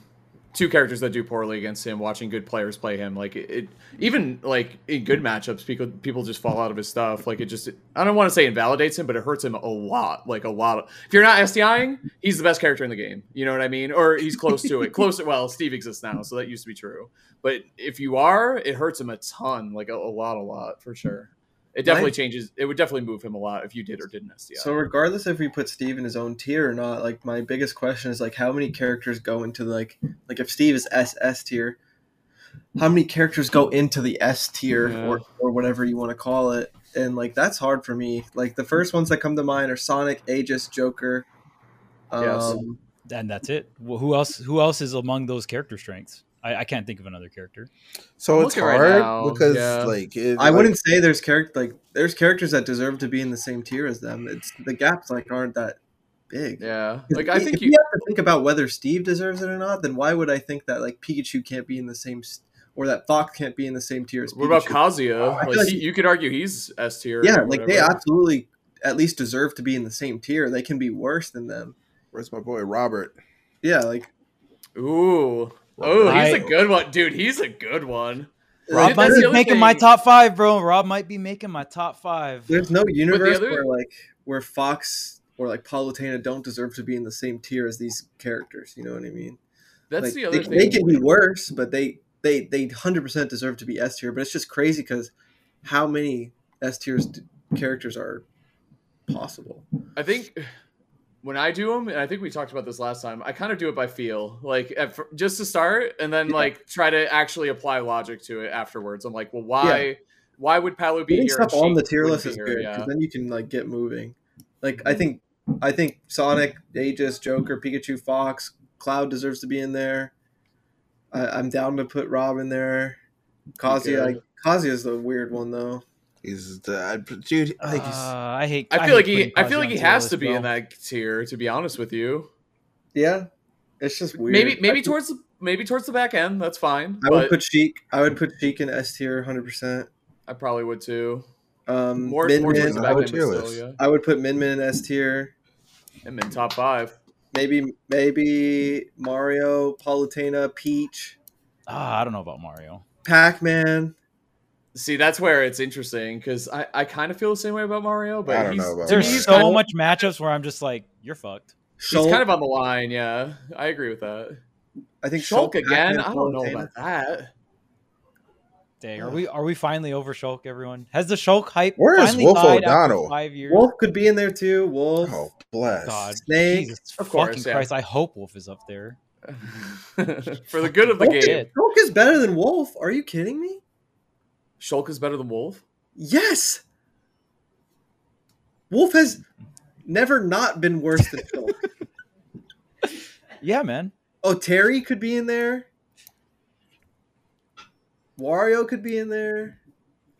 Speaker 4: two characters that do poorly against him, watching good players play him, like it, it even like in good matchups, people people just fall out of his stuff. Like it just, I don't want to say invalidates him, but it hurts him a lot. Like a lot. Of, if you're not SDIing, he's the best character in the game. You know what I mean? Or he's close to it. Close. to- Well, Steve exists now, so that used to be true. But if you are, it hurts him a ton. Like a, a lot, a lot for sure. It definitely
Speaker 1: Mine-
Speaker 4: changes. It would definitely move him a lot if you did or didn't SDI.
Speaker 1: So regardless if we put Steve in his own tier or not, like my biggest question is like how many characters go into like like if Steve is SS tier, how many characters go into the S tier
Speaker 4: Yeah.
Speaker 1: or or whatever you want to call it? And like that's hard for me. Like the first ones that come to mind are Sonic, Aegis, Joker. Um,
Speaker 4: Yes.
Speaker 3: and that's it. Wh- Who else? Who else is among those character strengths? I, I can't think of another character.
Speaker 2: So
Speaker 4: I'm
Speaker 2: it's
Speaker 4: looking right
Speaker 2: hard
Speaker 4: now,
Speaker 2: because
Speaker 4: yeah.
Speaker 2: like it,
Speaker 1: I
Speaker 2: like,
Speaker 1: wouldn't say there's character like there's characters that deserve to be in the same tier as them. It's the gaps like aren't that big.
Speaker 4: yeah,
Speaker 1: If
Speaker 4: like
Speaker 1: we-
Speaker 4: I
Speaker 1: if
Speaker 4: think
Speaker 1: we
Speaker 4: you.
Speaker 1: have to think about whether Steve deserves it or not, then why would I think that like Pikachu can't be in the same s- or that Fox can't be in the same tier as
Speaker 4: What about
Speaker 1: Pikachu?
Speaker 4: Kazuya?
Speaker 1: I feel
Speaker 4: Like,
Speaker 1: like-
Speaker 4: he, you could argue he's S tier.
Speaker 1: yeah,
Speaker 4: or
Speaker 1: like they
Speaker 4: whatever.
Speaker 1: absolutely at least deserve to be in the same tier. They can be worse than them.
Speaker 2: Where's my boy Robert?
Speaker 1: Yeah, like
Speaker 4: Ooh. Oh, he's a
Speaker 3: Right.
Speaker 4: good one, dude. He's a good one.
Speaker 3: Rob
Speaker 1: like,
Speaker 3: might
Speaker 1: there's,
Speaker 4: that's the
Speaker 3: be
Speaker 4: other
Speaker 3: making my
Speaker 4: thing.
Speaker 3: top five, bro. Rob might be making my top five.
Speaker 1: there's no universe
Speaker 4: other-
Speaker 1: where like where Fox or like Palutena don't deserve to be in the same tier as these characters. You know what I mean?
Speaker 4: That's
Speaker 1: like,
Speaker 4: the other
Speaker 1: they,
Speaker 4: thing.
Speaker 1: they can be worse, but they they they hundred percent deserve to be S tier. But it's just crazy because how many S tiers d- characters are possible?
Speaker 4: I think when I do them, and I think we talked about this last time, I kind of do it by feel, like at, fir- just to start, and then
Speaker 1: Yeah.
Speaker 4: like try to actually apply logic to it afterwards. I'm like, well, why? Why would Palu be
Speaker 1: Putting
Speaker 4: here? and
Speaker 1: stuff on
Speaker 4: she
Speaker 1: the tier list
Speaker 4: wouldn't be
Speaker 1: is
Speaker 4: here?
Speaker 1: good because
Speaker 4: Yeah. Mm-hmm.
Speaker 1: then you can like get moving. Like I think I think Sonic, Aegis, Joker, Pikachu, Fox, Cloud deserves to be in there. I, I'm down to put Rob in there. Kazuya, like,
Speaker 4: could.
Speaker 1: Kazuya's the weird one though.
Speaker 2: He's the I- dude.
Speaker 3: Uh,
Speaker 2: Like, he's-
Speaker 3: I hate.
Speaker 4: I feel like
Speaker 3: hate
Speaker 4: he.
Speaker 3: putting
Speaker 4: I feel
Speaker 3: Kazuya
Speaker 4: like he
Speaker 3: on tier
Speaker 4: has to
Speaker 3: list,
Speaker 4: be
Speaker 3: bro.
Speaker 4: in that tier. To be honest with you,
Speaker 1: Yeah, it's just weird.
Speaker 4: maybe
Speaker 1: I
Speaker 4: maybe
Speaker 1: think-
Speaker 4: towards the maybe towards the back end. That's fine.
Speaker 1: I would
Speaker 4: but
Speaker 1: put Sheik. I would put Sheik in S tier, hundred percent. I
Speaker 4: I probably would too.
Speaker 2: Mm,
Speaker 1: Um,
Speaker 4: More,
Speaker 1: Min
Speaker 4: more towards
Speaker 1: Min,
Speaker 4: the
Speaker 2: I
Speaker 4: back
Speaker 2: would
Speaker 4: end, but
Speaker 2: tier
Speaker 4: still,
Speaker 2: list.
Speaker 4: yeah.
Speaker 1: I would put Min Min in S tier.
Speaker 4: And then top five.
Speaker 1: Maybe maybe Mario, Palutena, Peach,
Speaker 3: Ah, I don't know about Mario.
Speaker 1: Pac Man.
Speaker 4: See, that's where it's interesting because I, I kind of feel the same way about Mario, but
Speaker 2: I don't
Speaker 4: he's,
Speaker 2: know about
Speaker 4: to me,
Speaker 3: There's
Speaker 2: Mario.
Speaker 4: he's
Speaker 3: so
Speaker 4: kind of-
Speaker 3: much matchups where I'm just like, you're fucked.
Speaker 4: He's
Speaker 1: Shulk.
Speaker 4: kind of on the line, yeah. I agree with that.
Speaker 1: I think
Speaker 4: Shulk, again,
Speaker 1: Pac-Man,
Speaker 4: I don't know
Speaker 1: Palutena.
Speaker 4: about that.
Speaker 3: Dang, are
Speaker 1: Ugh.
Speaker 3: we are we finally over Shulk? Everyone has the Shulk hype.
Speaker 2: Where is
Speaker 3: finally
Speaker 2: Wolf
Speaker 3: died after
Speaker 2: O'Donnell?
Speaker 3: Five years.
Speaker 1: Wolf could be in there too. Wolf,
Speaker 2: oh bless.
Speaker 3: God,
Speaker 1: Snake.
Speaker 3: Jesus
Speaker 4: Of
Speaker 3: fucking
Speaker 4: course, yeah.
Speaker 3: Christ! I hope Wolf is up there.
Speaker 4: For the good of the
Speaker 1: Wolf is-
Speaker 4: game,
Speaker 3: did.
Speaker 1: Shulk is better than Wolf. Are you kidding me?
Speaker 4: Shulk is better than Wolf.
Speaker 1: Yes. Wolf has never not been worse than Shulk.
Speaker 3: Yeah, man.
Speaker 1: Oh, Terry could be in there. Wario could be in there.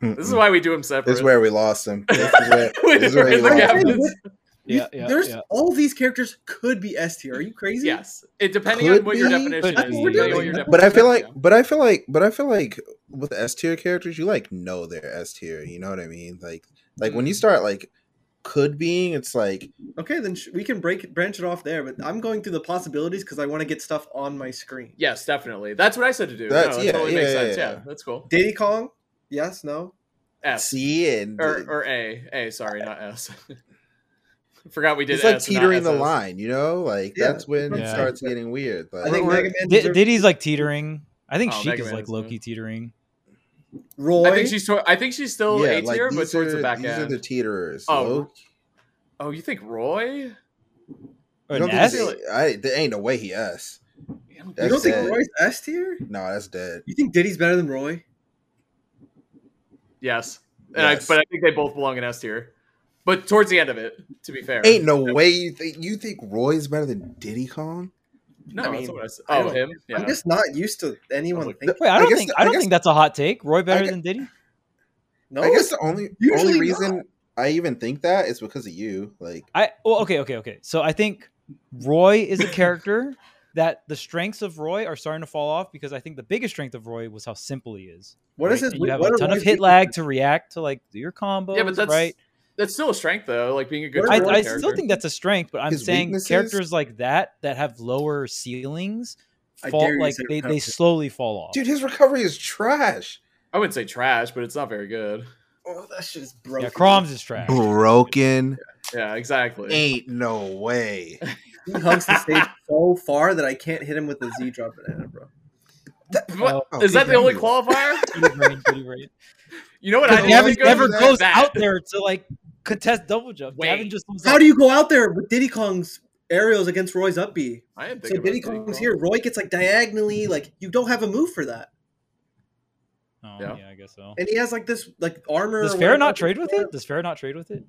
Speaker 2: Mm-mm.
Speaker 4: This is why we do him
Speaker 2: Hmm. This is
Speaker 4: separate.
Speaker 2: where we lost him. This is where,
Speaker 4: We're
Speaker 2: this is where we
Speaker 4: in the
Speaker 2: lost
Speaker 1: gap.
Speaker 2: him.
Speaker 4: captains.
Speaker 1: You-
Speaker 3: Yeah, yeah,
Speaker 1: there's
Speaker 3: yeah.
Speaker 1: all these characters could be S tier. Are you crazy?
Speaker 4: Yes, it depending
Speaker 2: Could
Speaker 4: on what your
Speaker 2: be,
Speaker 4: definition
Speaker 3: could
Speaker 4: is.
Speaker 3: be.
Speaker 4: depending on what your
Speaker 1: But
Speaker 2: But I feel like,
Speaker 4: definition is,
Speaker 2: but I feel like, but I feel like with S tier characters, you like know they're S tier. You know what I mean? Like, like when
Speaker 4: Mm.
Speaker 2: you start like could being, it's like
Speaker 1: Okay, then sh- we can break it, branch it off there. But I'm going through the possibilities because I want to get stuff on my screen.
Speaker 4: yeah. Yes, definitely. That's what I said to do.
Speaker 2: That's-
Speaker 4: no, that
Speaker 2: yeah,
Speaker 4: totally makes
Speaker 2: yeah,
Speaker 4: sense.
Speaker 2: yeah,
Speaker 4: Yeah.
Speaker 2: yeah.
Speaker 4: that's cool.
Speaker 1: Diddy Kong? Yes. No.
Speaker 4: S
Speaker 2: C and
Speaker 4: or, or A, A. Sorry, not S. Forgot we did.
Speaker 2: it's like
Speaker 4: S and not
Speaker 2: teetering the
Speaker 4: SS.
Speaker 2: line. You know, like
Speaker 1: Yeah.
Speaker 2: that's when it
Speaker 3: Yeah.
Speaker 2: starts getting weird. Like,
Speaker 1: I think
Speaker 3: We're-
Speaker 1: Mega Man
Speaker 3: Di-
Speaker 1: deserves-
Speaker 3: Diddy's like teetering. I think
Speaker 4: Oh,
Speaker 3: Sheik
Speaker 4: Mega
Speaker 3: is
Speaker 4: Man
Speaker 3: like
Speaker 4: is
Speaker 3: Loki
Speaker 4: good.
Speaker 3: teetering.
Speaker 1: Roy.
Speaker 4: I think she's. To- I think she's still A
Speaker 2: like,
Speaker 4: tier, but
Speaker 2: these
Speaker 4: towards
Speaker 2: are-
Speaker 4: the back
Speaker 2: these are
Speaker 4: end.
Speaker 2: the teeterers.
Speaker 4: Oh,
Speaker 2: Oh,
Speaker 4: oh, you think Roy?
Speaker 3: Or
Speaker 2: I don't
Speaker 3: an
Speaker 2: think
Speaker 3: S?
Speaker 4: they-
Speaker 2: it's- I there ain't no way he S.
Speaker 4: I don't
Speaker 1: you
Speaker 4: think
Speaker 1: don't think
Speaker 2: That's it.
Speaker 1: Roy's S tier?
Speaker 2: No, that's dead.
Speaker 1: You think Diddy's better than Roy?
Speaker 4: Yes, and
Speaker 2: Yes.
Speaker 4: I, but I think they both belong in S tier, but towards the end of it. To be fair,
Speaker 2: Ain't no way you think you think Roy's better than Diddy Kong.
Speaker 4: No,
Speaker 1: I
Speaker 4: that's
Speaker 1: mean,
Speaker 4: what I said.
Speaker 1: I
Speaker 4: Oh,
Speaker 1: don't-
Speaker 4: him. Yeah,
Speaker 1: I'm just not used to anyone
Speaker 4: like,
Speaker 1: thinking.
Speaker 3: Wait, I
Speaker 2: I
Speaker 3: don't
Speaker 2: guess-
Speaker 3: think
Speaker 2: I
Speaker 3: I don't
Speaker 2: guess-
Speaker 3: think that's a hot take. Roy better
Speaker 2: guess-
Speaker 3: than Diddy.
Speaker 1: No.
Speaker 2: I guess the only
Speaker 1: usually
Speaker 2: only reason I even think that is because of you. Like
Speaker 3: I well, okay, okay, okay. So I think Roy is a character that the strengths of Roy are starting to fall off because I think the biggest strength of Roy was how simple he is.
Speaker 1: what is
Speaker 3: right?
Speaker 1: his?
Speaker 3: And You have
Speaker 1: what
Speaker 3: a
Speaker 1: are
Speaker 3: ton of
Speaker 1: Roy's
Speaker 3: hit
Speaker 1: weaknesses?
Speaker 3: lag to react to like your combos,
Speaker 4: that's-
Speaker 3: right?
Speaker 4: that's still a strength though. Like being a good.
Speaker 1: What Roy
Speaker 3: I,
Speaker 4: support
Speaker 3: I
Speaker 4: character.
Speaker 3: still think that's a strength, but I'm
Speaker 2: His
Speaker 3: saying
Speaker 2: weaknesses?
Speaker 3: characters like that that have lower ceilings
Speaker 1: I
Speaker 3: fall
Speaker 1: dare you to
Speaker 3: like
Speaker 1: say
Speaker 3: they, they
Speaker 1: recovery.
Speaker 3: slowly fall off.
Speaker 2: Dude, his recovery is trash.
Speaker 4: I wouldn't say trash, but it's not very good.
Speaker 1: Oh, that shit is broken.
Speaker 3: yeah, Crom's is trash.
Speaker 2: Broken.
Speaker 4: Yeah, exactly.
Speaker 2: Ain't no way.
Speaker 1: He hugs the stage so far that I can't hit him with a Z drop banana, bro.
Speaker 4: What-
Speaker 2: Oh,
Speaker 4: is that the only
Speaker 2: DW.
Speaker 4: qualifier?
Speaker 3: Pretty brain, pretty brain.
Speaker 4: You know what?
Speaker 3: Because
Speaker 4: I
Speaker 3: Gavin
Speaker 4: think
Speaker 2: Gavin
Speaker 3: never
Speaker 2: that-
Speaker 3: goes
Speaker 4: that.
Speaker 3: out there to like contest double jump.
Speaker 4: Wait.
Speaker 3: Gavin just comes
Speaker 1: How
Speaker 3: out-
Speaker 1: do you go out there with Diddy Kong's aerials against Roy's up B?
Speaker 4: I didn't think
Speaker 1: So
Speaker 4: about
Speaker 1: Diddy
Speaker 4: Diddy
Speaker 1: Kong's
Speaker 4: Kong.
Speaker 1: here. Roy gets like diagonally, like you don't have a move for that.
Speaker 3: Oh,
Speaker 4: Yeah.
Speaker 3: yeah. I guess so.
Speaker 1: And he has like this like armor.
Speaker 3: Does
Speaker 1: or
Speaker 3: Farrah not
Speaker 1: whatever.
Speaker 3: trade with it? Does Farrah not trade with it?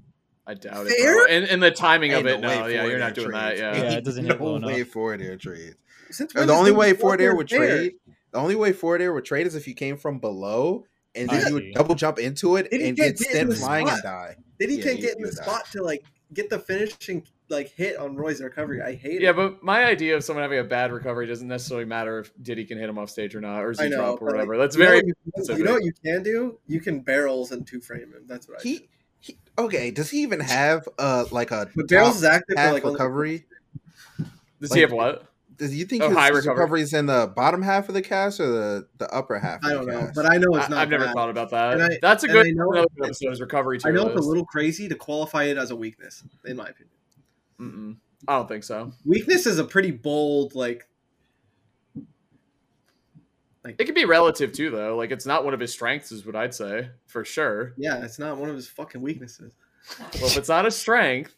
Speaker 4: I doubt it.
Speaker 1: Fair?
Speaker 4: bro. And, and the timing of
Speaker 2: Ain't
Speaker 4: it,
Speaker 2: no way
Speaker 4: no, yeah,
Speaker 2: forward
Speaker 4: you're
Speaker 2: air
Speaker 4: not doing that.
Speaker 2: trades.
Speaker 4: Yeah.
Speaker 3: Yeah,
Speaker 2: Ain't
Speaker 3: it doesn't hit
Speaker 2: No
Speaker 3: well
Speaker 2: way
Speaker 3: enough.
Speaker 2: forward air trades.
Speaker 1: Since
Speaker 2: Uh,
Speaker 1: when
Speaker 2: the
Speaker 1: is
Speaker 2: only
Speaker 1: Diddy
Speaker 2: way
Speaker 1: Kong
Speaker 2: forward air would
Speaker 1: fair?
Speaker 2: trade. The only way forward air would trade is if you came from below and
Speaker 3: I
Speaker 2: then you would
Speaker 3: see.
Speaker 2: double jump into it
Speaker 1: Diddy
Speaker 2: and
Speaker 1: can't
Speaker 2: get
Speaker 1: get
Speaker 2: sent
Speaker 1: in the
Speaker 2: flying and
Speaker 1: spot.
Speaker 2: die.
Speaker 1: Diddy
Speaker 2: Yeah,
Speaker 1: can't
Speaker 2: you
Speaker 1: get in
Speaker 2: do
Speaker 1: the
Speaker 2: that.
Speaker 1: spot to like get the finishing like hit on Roy's recovery. I hate
Speaker 4: Yeah,
Speaker 1: it.
Speaker 4: but my idea of someone having a bad recovery doesn't necessarily matter if Diddy can hit him off stage or not, or
Speaker 1: I
Speaker 4: Z
Speaker 1: know,
Speaker 4: drop
Speaker 1: but,
Speaker 4: or
Speaker 1: like,
Speaker 4: whatever. That's
Speaker 1: You know
Speaker 4: very.
Speaker 1: what you- you know what you can do? You can barrels and two frame him. That's what I. do.
Speaker 2: He, he okay. Does he even have uh like a
Speaker 1: But
Speaker 2: top
Speaker 1: barrels is active for
Speaker 2: half
Speaker 1: like only-
Speaker 2: recovery?
Speaker 4: Does he
Speaker 2: like-
Speaker 4: have what?
Speaker 2: Does you think
Speaker 4: Oh,
Speaker 2: his,
Speaker 4: high
Speaker 2: his
Speaker 4: recovery.
Speaker 2: recovery is in the bottom half of the cast or the the upper half?
Speaker 1: I
Speaker 2: of
Speaker 1: don't
Speaker 2: the
Speaker 1: know,
Speaker 2: cast?
Speaker 1: but I know it's
Speaker 4: I,
Speaker 1: not.
Speaker 4: have never
Speaker 1: bad.
Speaker 4: thought about that.
Speaker 1: And I-
Speaker 4: That's a
Speaker 1: and
Speaker 4: good
Speaker 1: I know-
Speaker 4: another episode is recovery
Speaker 1: I
Speaker 4: tier
Speaker 1: know it's a
Speaker 4: list.
Speaker 1: little crazy to qualify it as a weakness, in my opinion.
Speaker 4: Mm-mm. I don't think so.
Speaker 1: Weakness is a pretty bold like.
Speaker 4: It could be relative too, though. Like it's not one of his strengths, is what I'd say for sure.
Speaker 1: Yeah, it's not one of his fucking weaknesses.
Speaker 4: Well, if it's not a strength,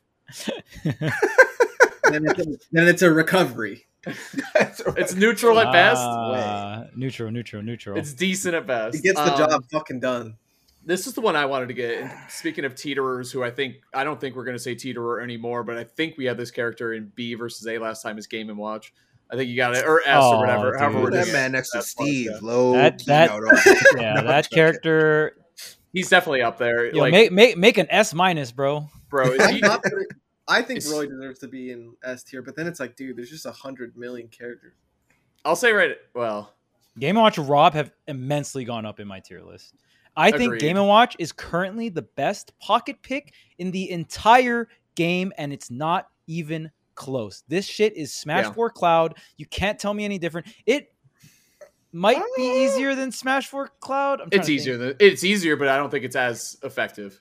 Speaker 1: then, it's, then it's a recovery.
Speaker 2: That's right.
Speaker 4: it's neutral at best.
Speaker 3: Ah, neutral, neutral, neutral.
Speaker 4: It's decent at best.
Speaker 1: It gets the
Speaker 4: Um,
Speaker 1: job fucking done.
Speaker 4: This is the one I wanted to get. And speaking of teeterers, who I think I don't think we're going to say teeterer anymore, but I think we had this character in B versus A last time is Game and Watch. I think you got it or S
Speaker 3: Aw,
Speaker 4: or whatever. However,
Speaker 3: Oh, dude.
Speaker 4: we're
Speaker 2: Put that
Speaker 4: doing it.
Speaker 2: man next to
Speaker 4: That's fun,
Speaker 2: Steve.
Speaker 4: yeah.
Speaker 2: Low
Speaker 3: That-
Speaker 2: key,
Speaker 3: that-
Speaker 2: no, don't-
Speaker 3: yeah,
Speaker 2: no,
Speaker 3: that
Speaker 2: don't.
Speaker 3: character.
Speaker 4: He's definitely up there.
Speaker 3: Yo,
Speaker 4: like,
Speaker 3: make make make an S minus, bro.
Speaker 4: bro, is
Speaker 1: I'm
Speaker 4: he,
Speaker 1: not gonna- I think
Speaker 4: It's-
Speaker 1: Roy deserves to be in S tier, but then it's like, dude, there's just a hundred million characters.
Speaker 4: I'll say right. Well,
Speaker 3: Game and Watch and Rob have immensely gone up in my tier list. I think
Speaker 4: Agreed.
Speaker 3: Game and Watch is currently the best pocket pick in the entire game, and it's not even close. This shit is Smash
Speaker 4: Yeah.
Speaker 3: 4 Cloud. You can't tell me any different. It might be
Speaker 2: Uh,
Speaker 3: easier than Smash 4 Cloud. I'm trying
Speaker 4: it's
Speaker 3: to
Speaker 4: easier
Speaker 3: Think.
Speaker 4: than it's easier, but I don't think it's as effective.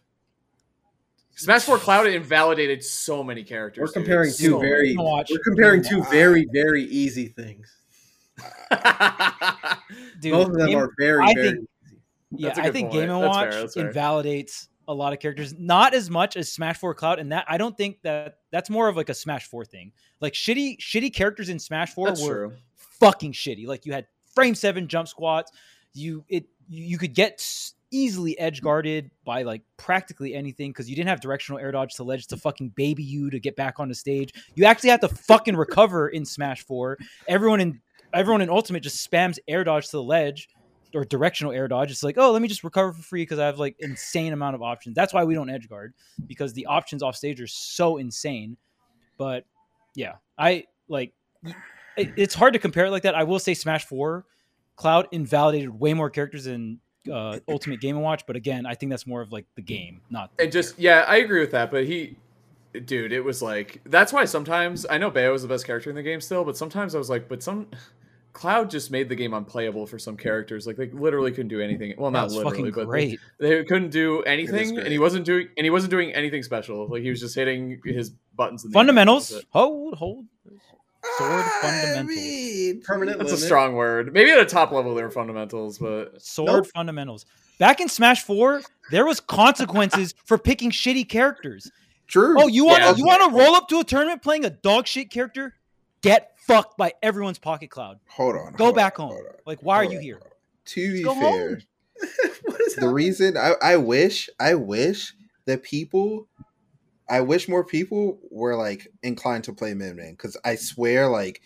Speaker 4: Smash Four Cloud invalidated so many characters.
Speaker 1: We're
Speaker 4: dude.
Speaker 1: comparing
Speaker 4: So
Speaker 1: two
Speaker 4: many.
Speaker 1: very
Speaker 3: Game and Watch.
Speaker 1: we're comparing two very very easy things.
Speaker 3: Dude,
Speaker 1: Both of them
Speaker 3: Game-
Speaker 1: are very
Speaker 3: I
Speaker 1: very.
Speaker 3: think- Yeah,
Speaker 4: That's a
Speaker 3: I
Speaker 4: good
Speaker 3: think
Speaker 4: point.
Speaker 3: Game and
Speaker 4: That's fair,
Speaker 3: Watch
Speaker 4: that's fair.
Speaker 3: invalidates a lot of characters, not as much as Smash Four Cloud, and that I don't think that that's more of like a Smash Four thing. Like shitty, shitty characters in Smash Four
Speaker 4: That's
Speaker 3: were
Speaker 4: true.
Speaker 3: fucking shitty. Like you had frame seven jump squats, you it you could get s- easily edge guarded by like practically anything because you didn't have directional air dodge to ledge to fucking baby you to get back on the stage. You actually have to fucking recover in Smash Four. Everyone in everyone in Ultimate just spams air dodge to the ledge or directional air dodge. It's like, oh, let me just recover for free because I have like insane amount of options. That's why we don't edge guard because the options off stage are so insane. But yeah, I like it, it's hard to compare it like that. I will say Smash Four Cloud invalidated way more characters than uh, Ultimate Game and Watch, but again, I think that's more of like the game, not
Speaker 4: And just yeah, I agree with that. But he, dude, it was like that's why sometimes I know Bayo is the best character in the game still, but sometimes I was like, but some Cloud just made the game unplayable for some characters. Like they literally couldn't do anything. Well,
Speaker 3: that
Speaker 4: not
Speaker 3: was
Speaker 4: literally,
Speaker 3: fucking
Speaker 4: but
Speaker 3: great.
Speaker 4: they, they couldn't do anything. And he
Speaker 2: great.
Speaker 4: wasn't doing and he wasn't doing anything special. Like he was just hitting his buttons. in the air.
Speaker 3: fundamentals.
Speaker 4: That's it.
Speaker 3: Hold, hold. Sword
Speaker 2: I
Speaker 3: fundamentals.
Speaker 2: mean,
Speaker 1: Permanent
Speaker 4: That's a
Speaker 1: limit.
Speaker 4: strong word. Maybe at a top level they were fundamentals, but
Speaker 3: Sword
Speaker 1: Nope.
Speaker 3: fundamentals. Back in Smash Four, there was consequences for picking shitty characters.
Speaker 2: True.
Speaker 3: Oh, you want to
Speaker 4: Yeah.
Speaker 3: you want to roll up to a tournament playing a dog shit character? Get fucked by everyone's pocket cloud.
Speaker 2: hold on.
Speaker 3: Go
Speaker 2: hold
Speaker 3: back
Speaker 2: on,
Speaker 3: home.
Speaker 2: hold on,
Speaker 3: Like, why are
Speaker 2: hold
Speaker 3: you
Speaker 2: on,
Speaker 3: here?
Speaker 2: hold on. To be
Speaker 3: go
Speaker 2: fair,
Speaker 3: home.
Speaker 1: what is
Speaker 2: the
Speaker 1: happening?
Speaker 2: reason I, I wish I wish that people I wish more people were like inclined to play Min Min because I swear like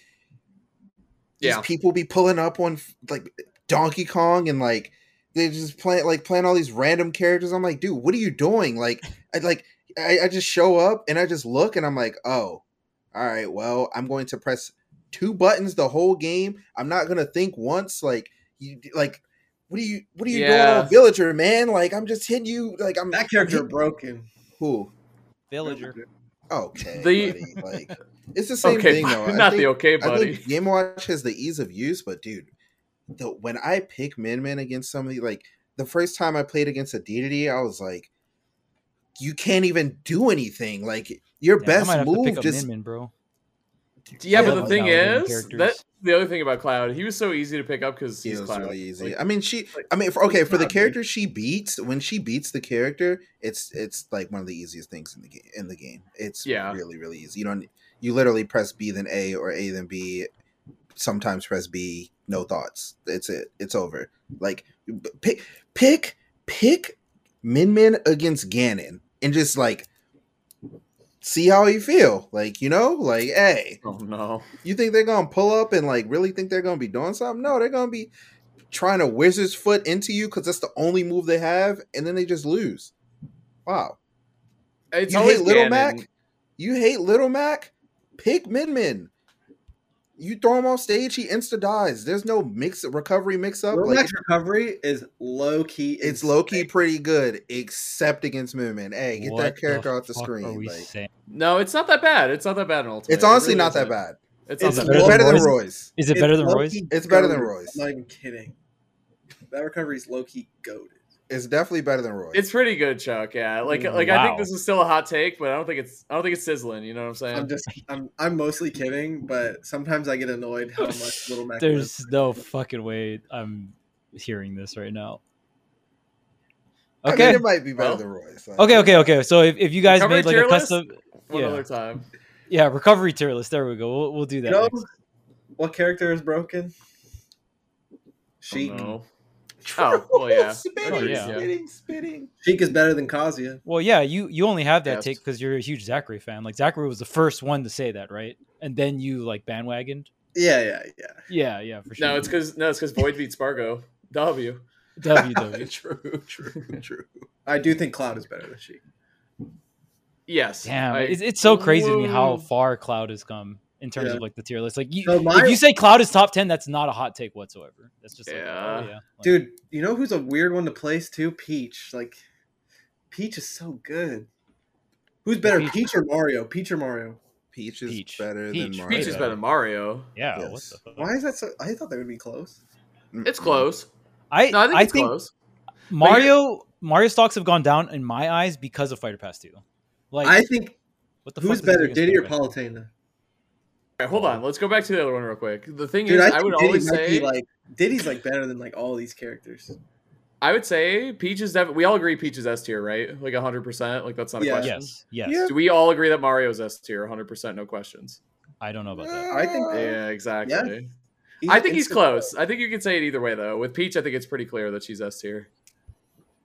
Speaker 2: these
Speaker 4: yeah.
Speaker 2: people be pulling up on like Donkey Kong and like they just playing like playing all these random characters. I'm like, dude, what are you doing? Like I like I, I just show up and I just look and I'm like, oh, all right, well, I'm going to press two buttons the whole game. I'm not gonna think once, like you like what are you what are you doing
Speaker 4: Yeah.
Speaker 2: on villager, man? Like I'm just hitting you like I'm
Speaker 1: That character broken.
Speaker 2: who?
Speaker 3: Villager.
Speaker 2: Okay,
Speaker 4: The-
Speaker 2: buddy, like it's the same
Speaker 4: okay,
Speaker 2: thing though. I
Speaker 4: not
Speaker 2: think-
Speaker 4: the okay,
Speaker 2: I
Speaker 4: buddy.
Speaker 2: think Game Watch has the ease of use, but dude, the when I pick Min Min against somebody, like the first time I played against a DDD, I was like, you can't even do anything. Like your
Speaker 3: Yeah, I might
Speaker 2: best
Speaker 3: have to pick
Speaker 2: move
Speaker 3: up
Speaker 2: just
Speaker 3: Min Min, bro.
Speaker 4: Yeah,
Speaker 2: Yeah,
Speaker 4: but the
Speaker 2: like
Speaker 4: thing
Speaker 3: validating
Speaker 4: is, that
Speaker 3: characters.
Speaker 4: the other thing about Cloud, he was so easy to pick up because
Speaker 2: It
Speaker 4: he's
Speaker 2: was
Speaker 4: Cloud.
Speaker 2: really easy.
Speaker 4: Like,
Speaker 2: I mean, she.
Speaker 4: like,
Speaker 2: I mean, for, okay, for the
Speaker 4: Cloud, dude.
Speaker 2: character she beats, when she beats the character, it's it's like one of the easiest things in the game. In the game, it's
Speaker 4: Yeah.
Speaker 2: really really easy. You don't. You literally press B then A or A then B. Sometimes press B. No thoughts. It's it. It's over. Like b- pick pick pick Min Min against Ganon and just like see how you feel. Like you know, like hey,
Speaker 4: oh no,
Speaker 2: you think they're gonna pull up and like really think they're gonna be doing something? No, they're gonna be trying to wizard's foot into you because that's the only move they have, and then they just lose. Wow,
Speaker 4: it's
Speaker 2: you
Speaker 4: always
Speaker 2: hate Little
Speaker 4: Ganon.
Speaker 2: Mac. You hate Little Mac. Pick Min Min. You throw him off stage, he insta dies. There's no mix recovery mix up.
Speaker 1: Little
Speaker 2: Like
Speaker 1: Mac's recovery is low key.
Speaker 2: it's low key pretty good, except against Min Min. Hey, get
Speaker 3: What
Speaker 2: that character off the
Speaker 3: fuck Are
Speaker 2: screen.
Speaker 3: we
Speaker 2: like,
Speaker 3: saying?
Speaker 4: No, it's not that bad. It's not that bad in Ultimate.
Speaker 2: it's
Speaker 4: It
Speaker 2: honestly
Speaker 4: really
Speaker 2: not that
Speaker 4: isn't.
Speaker 2: bad.
Speaker 4: It's,
Speaker 2: It's,
Speaker 4: not
Speaker 3: better
Speaker 4: that bad.
Speaker 2: better than
Speaker 3: Royce.
Speaker 2: Roy's.
Speaker 3: Is it better than Roy's?
Speaker 2: It's better than Roy's.
Speaker 1: I'm not even kidding. That recovery is low key goaded.
Speaker 2: It's definitely better than Roy's.
Speaker 4: It's pretty good, Chuck. Yeah, like like I
Speaker 3: Wow.
Speaker 4: think this is still a hot take, but I don't think it's I don't think it's sizzling. You know what I'm saying?
Speaker 1: I'm just I'm I'm mostly kidding, but sometimes I get annoyed how much Little Mac. lives.
Speaker 3: There's no fucking way I'm hearing this right now.
Speaker 2: I mean,
Speaker 3: Okay.
Speaker 2: it might be better
Speaker 4: Well,
Speaker 2: than Roy's. like-
Speaker 3: Okay, okay, okay. So if, if you guys
Speaker 4: Recovery
Speaker 3: made like
Speaker 4: tier
Speaker 3: a
Speaker 4: list?
Speaker 3: custom,
Speaker 4: One
Speaker 3: yeah.
Speaker 4: other time.
Speaker 3: yeah, recovery tier list. There we go. We'll, we'll do that.
Speaker 1: You know
Speaker 3: next.
Speaker 1: what character is broken? Sheik.
Speaker 4: Oh, no. Oh, well, yeah.
Speaker 2: spitting,
Speaker 3: Oh, yeah.
Speaker 2: spitting, spitting.
Speaker 1: Sheik is better than Kazuya.
Speaker 3: Well, yeah, you you only have that
Speaker 4: Yes.
Speaker 3: take because you're a huge Zachary fan. Like Zachary was the first one to say that, right? And then you like bandwagoned.
Speaker 1: Yeah, yeah, yeah.
Speaker 3: Yeah, yeah, for sure.
Speaker 4: No, it's because no, it's because Void beat Spargo. W.
Speaker 3: WW.
Speaker 2: true, true, true.
Speaker 1: I do think Cloud is better than Sheik.
Speaker 4: Yes.
Speaker 3: Damn,
Speaker 4: I-
Speaker 3: it's, it's so crazy to me how
Speaker 4: Whoa.
Speaker 3: far Cloud has come in terms
Speaker 1: Yeah.
Speaker 3: of like the tier list. Like, you,
Speaker 1: So my-
Speaker 3: if you say Cloud is top ten, that's not a hot take whatsoever. That's just like,
Speaker 4: Yeah.
Speaker 3: oh, yeah. Like,
Speaker 1: Dude, you know who's a weird one to place too? Peach. Like, Peach is so good. Who's better,
Speaker 3: Peach-
Speaker 1: Peach, or Mario? Peach or Mario?
Speaker 2: Peach is
Speaker 3: Peach.
Speaker 2: better than
Speaker 3: Peach.
Speaker 2: Mario.
Speaker 4: Peach is better than Mario.
Speaker 3: yeah. What
Speaker 2: Yes.
Speaker 3: the fuck?
Speaker 1: Why is that so? I thought they would be close.
Speaker 2: Mm-mm.
Speaker 4: It's close.
Speaker 3: I
Speaker 4: No, I think
Speaker 3: Hmm. I
Speaker 4: it's
Speaker 3: think
Speaker 4: close.
Speaker 3: Mario Mario stocks have gone down in my eyes because of Fighter Pass Two. Like,
Speaker 1: I think
Speaker 3: what the fuck
Speaker 1: who's
Speaker 3: does it do
Speaker 1: better,
Speaker 3: against
Speaker 1: Diddy or
Speaker 3: Fighter Pass?
Speaker 1: Palutena?
Speaker 4: All right, hold on. Let's go back to the other one real quick. The thing
Speaker 1: Dude,
Speaker 4: is,
Speaker 1: I,
Speaker 4: I,
Speaker 1: think
Speaker 4: would
Speaker 1: Diddy
Speaker 4: always
Speaker 1: might
Speaker 4: say
Speaker 1: be like Diddy's like better than like all these characters.
Speaker 4: I would say Peach is definitely. We all agree Peach is S tier, right? Like hundred percent. Like that's not
Speaker 1: Yeah.
Speaker 4: a question.
Speaker 3: Yes, yes.
Speaker 2: Yeah.
Speaker 4: Do we all agree that Mario's S tier? hundred percent, no questions.
Speaker 3: I don't know about that.
Speaker 1: I think-
Speaker 2: Uh,
Speaker 4: Yeah, exactly.
Speaker 1: He's
Speaker 4: I think he's
Speaker 1: instant-
Speaker 4: close. I think you could say it either way though. With Peach, I think it's pretty clear that she's S tier.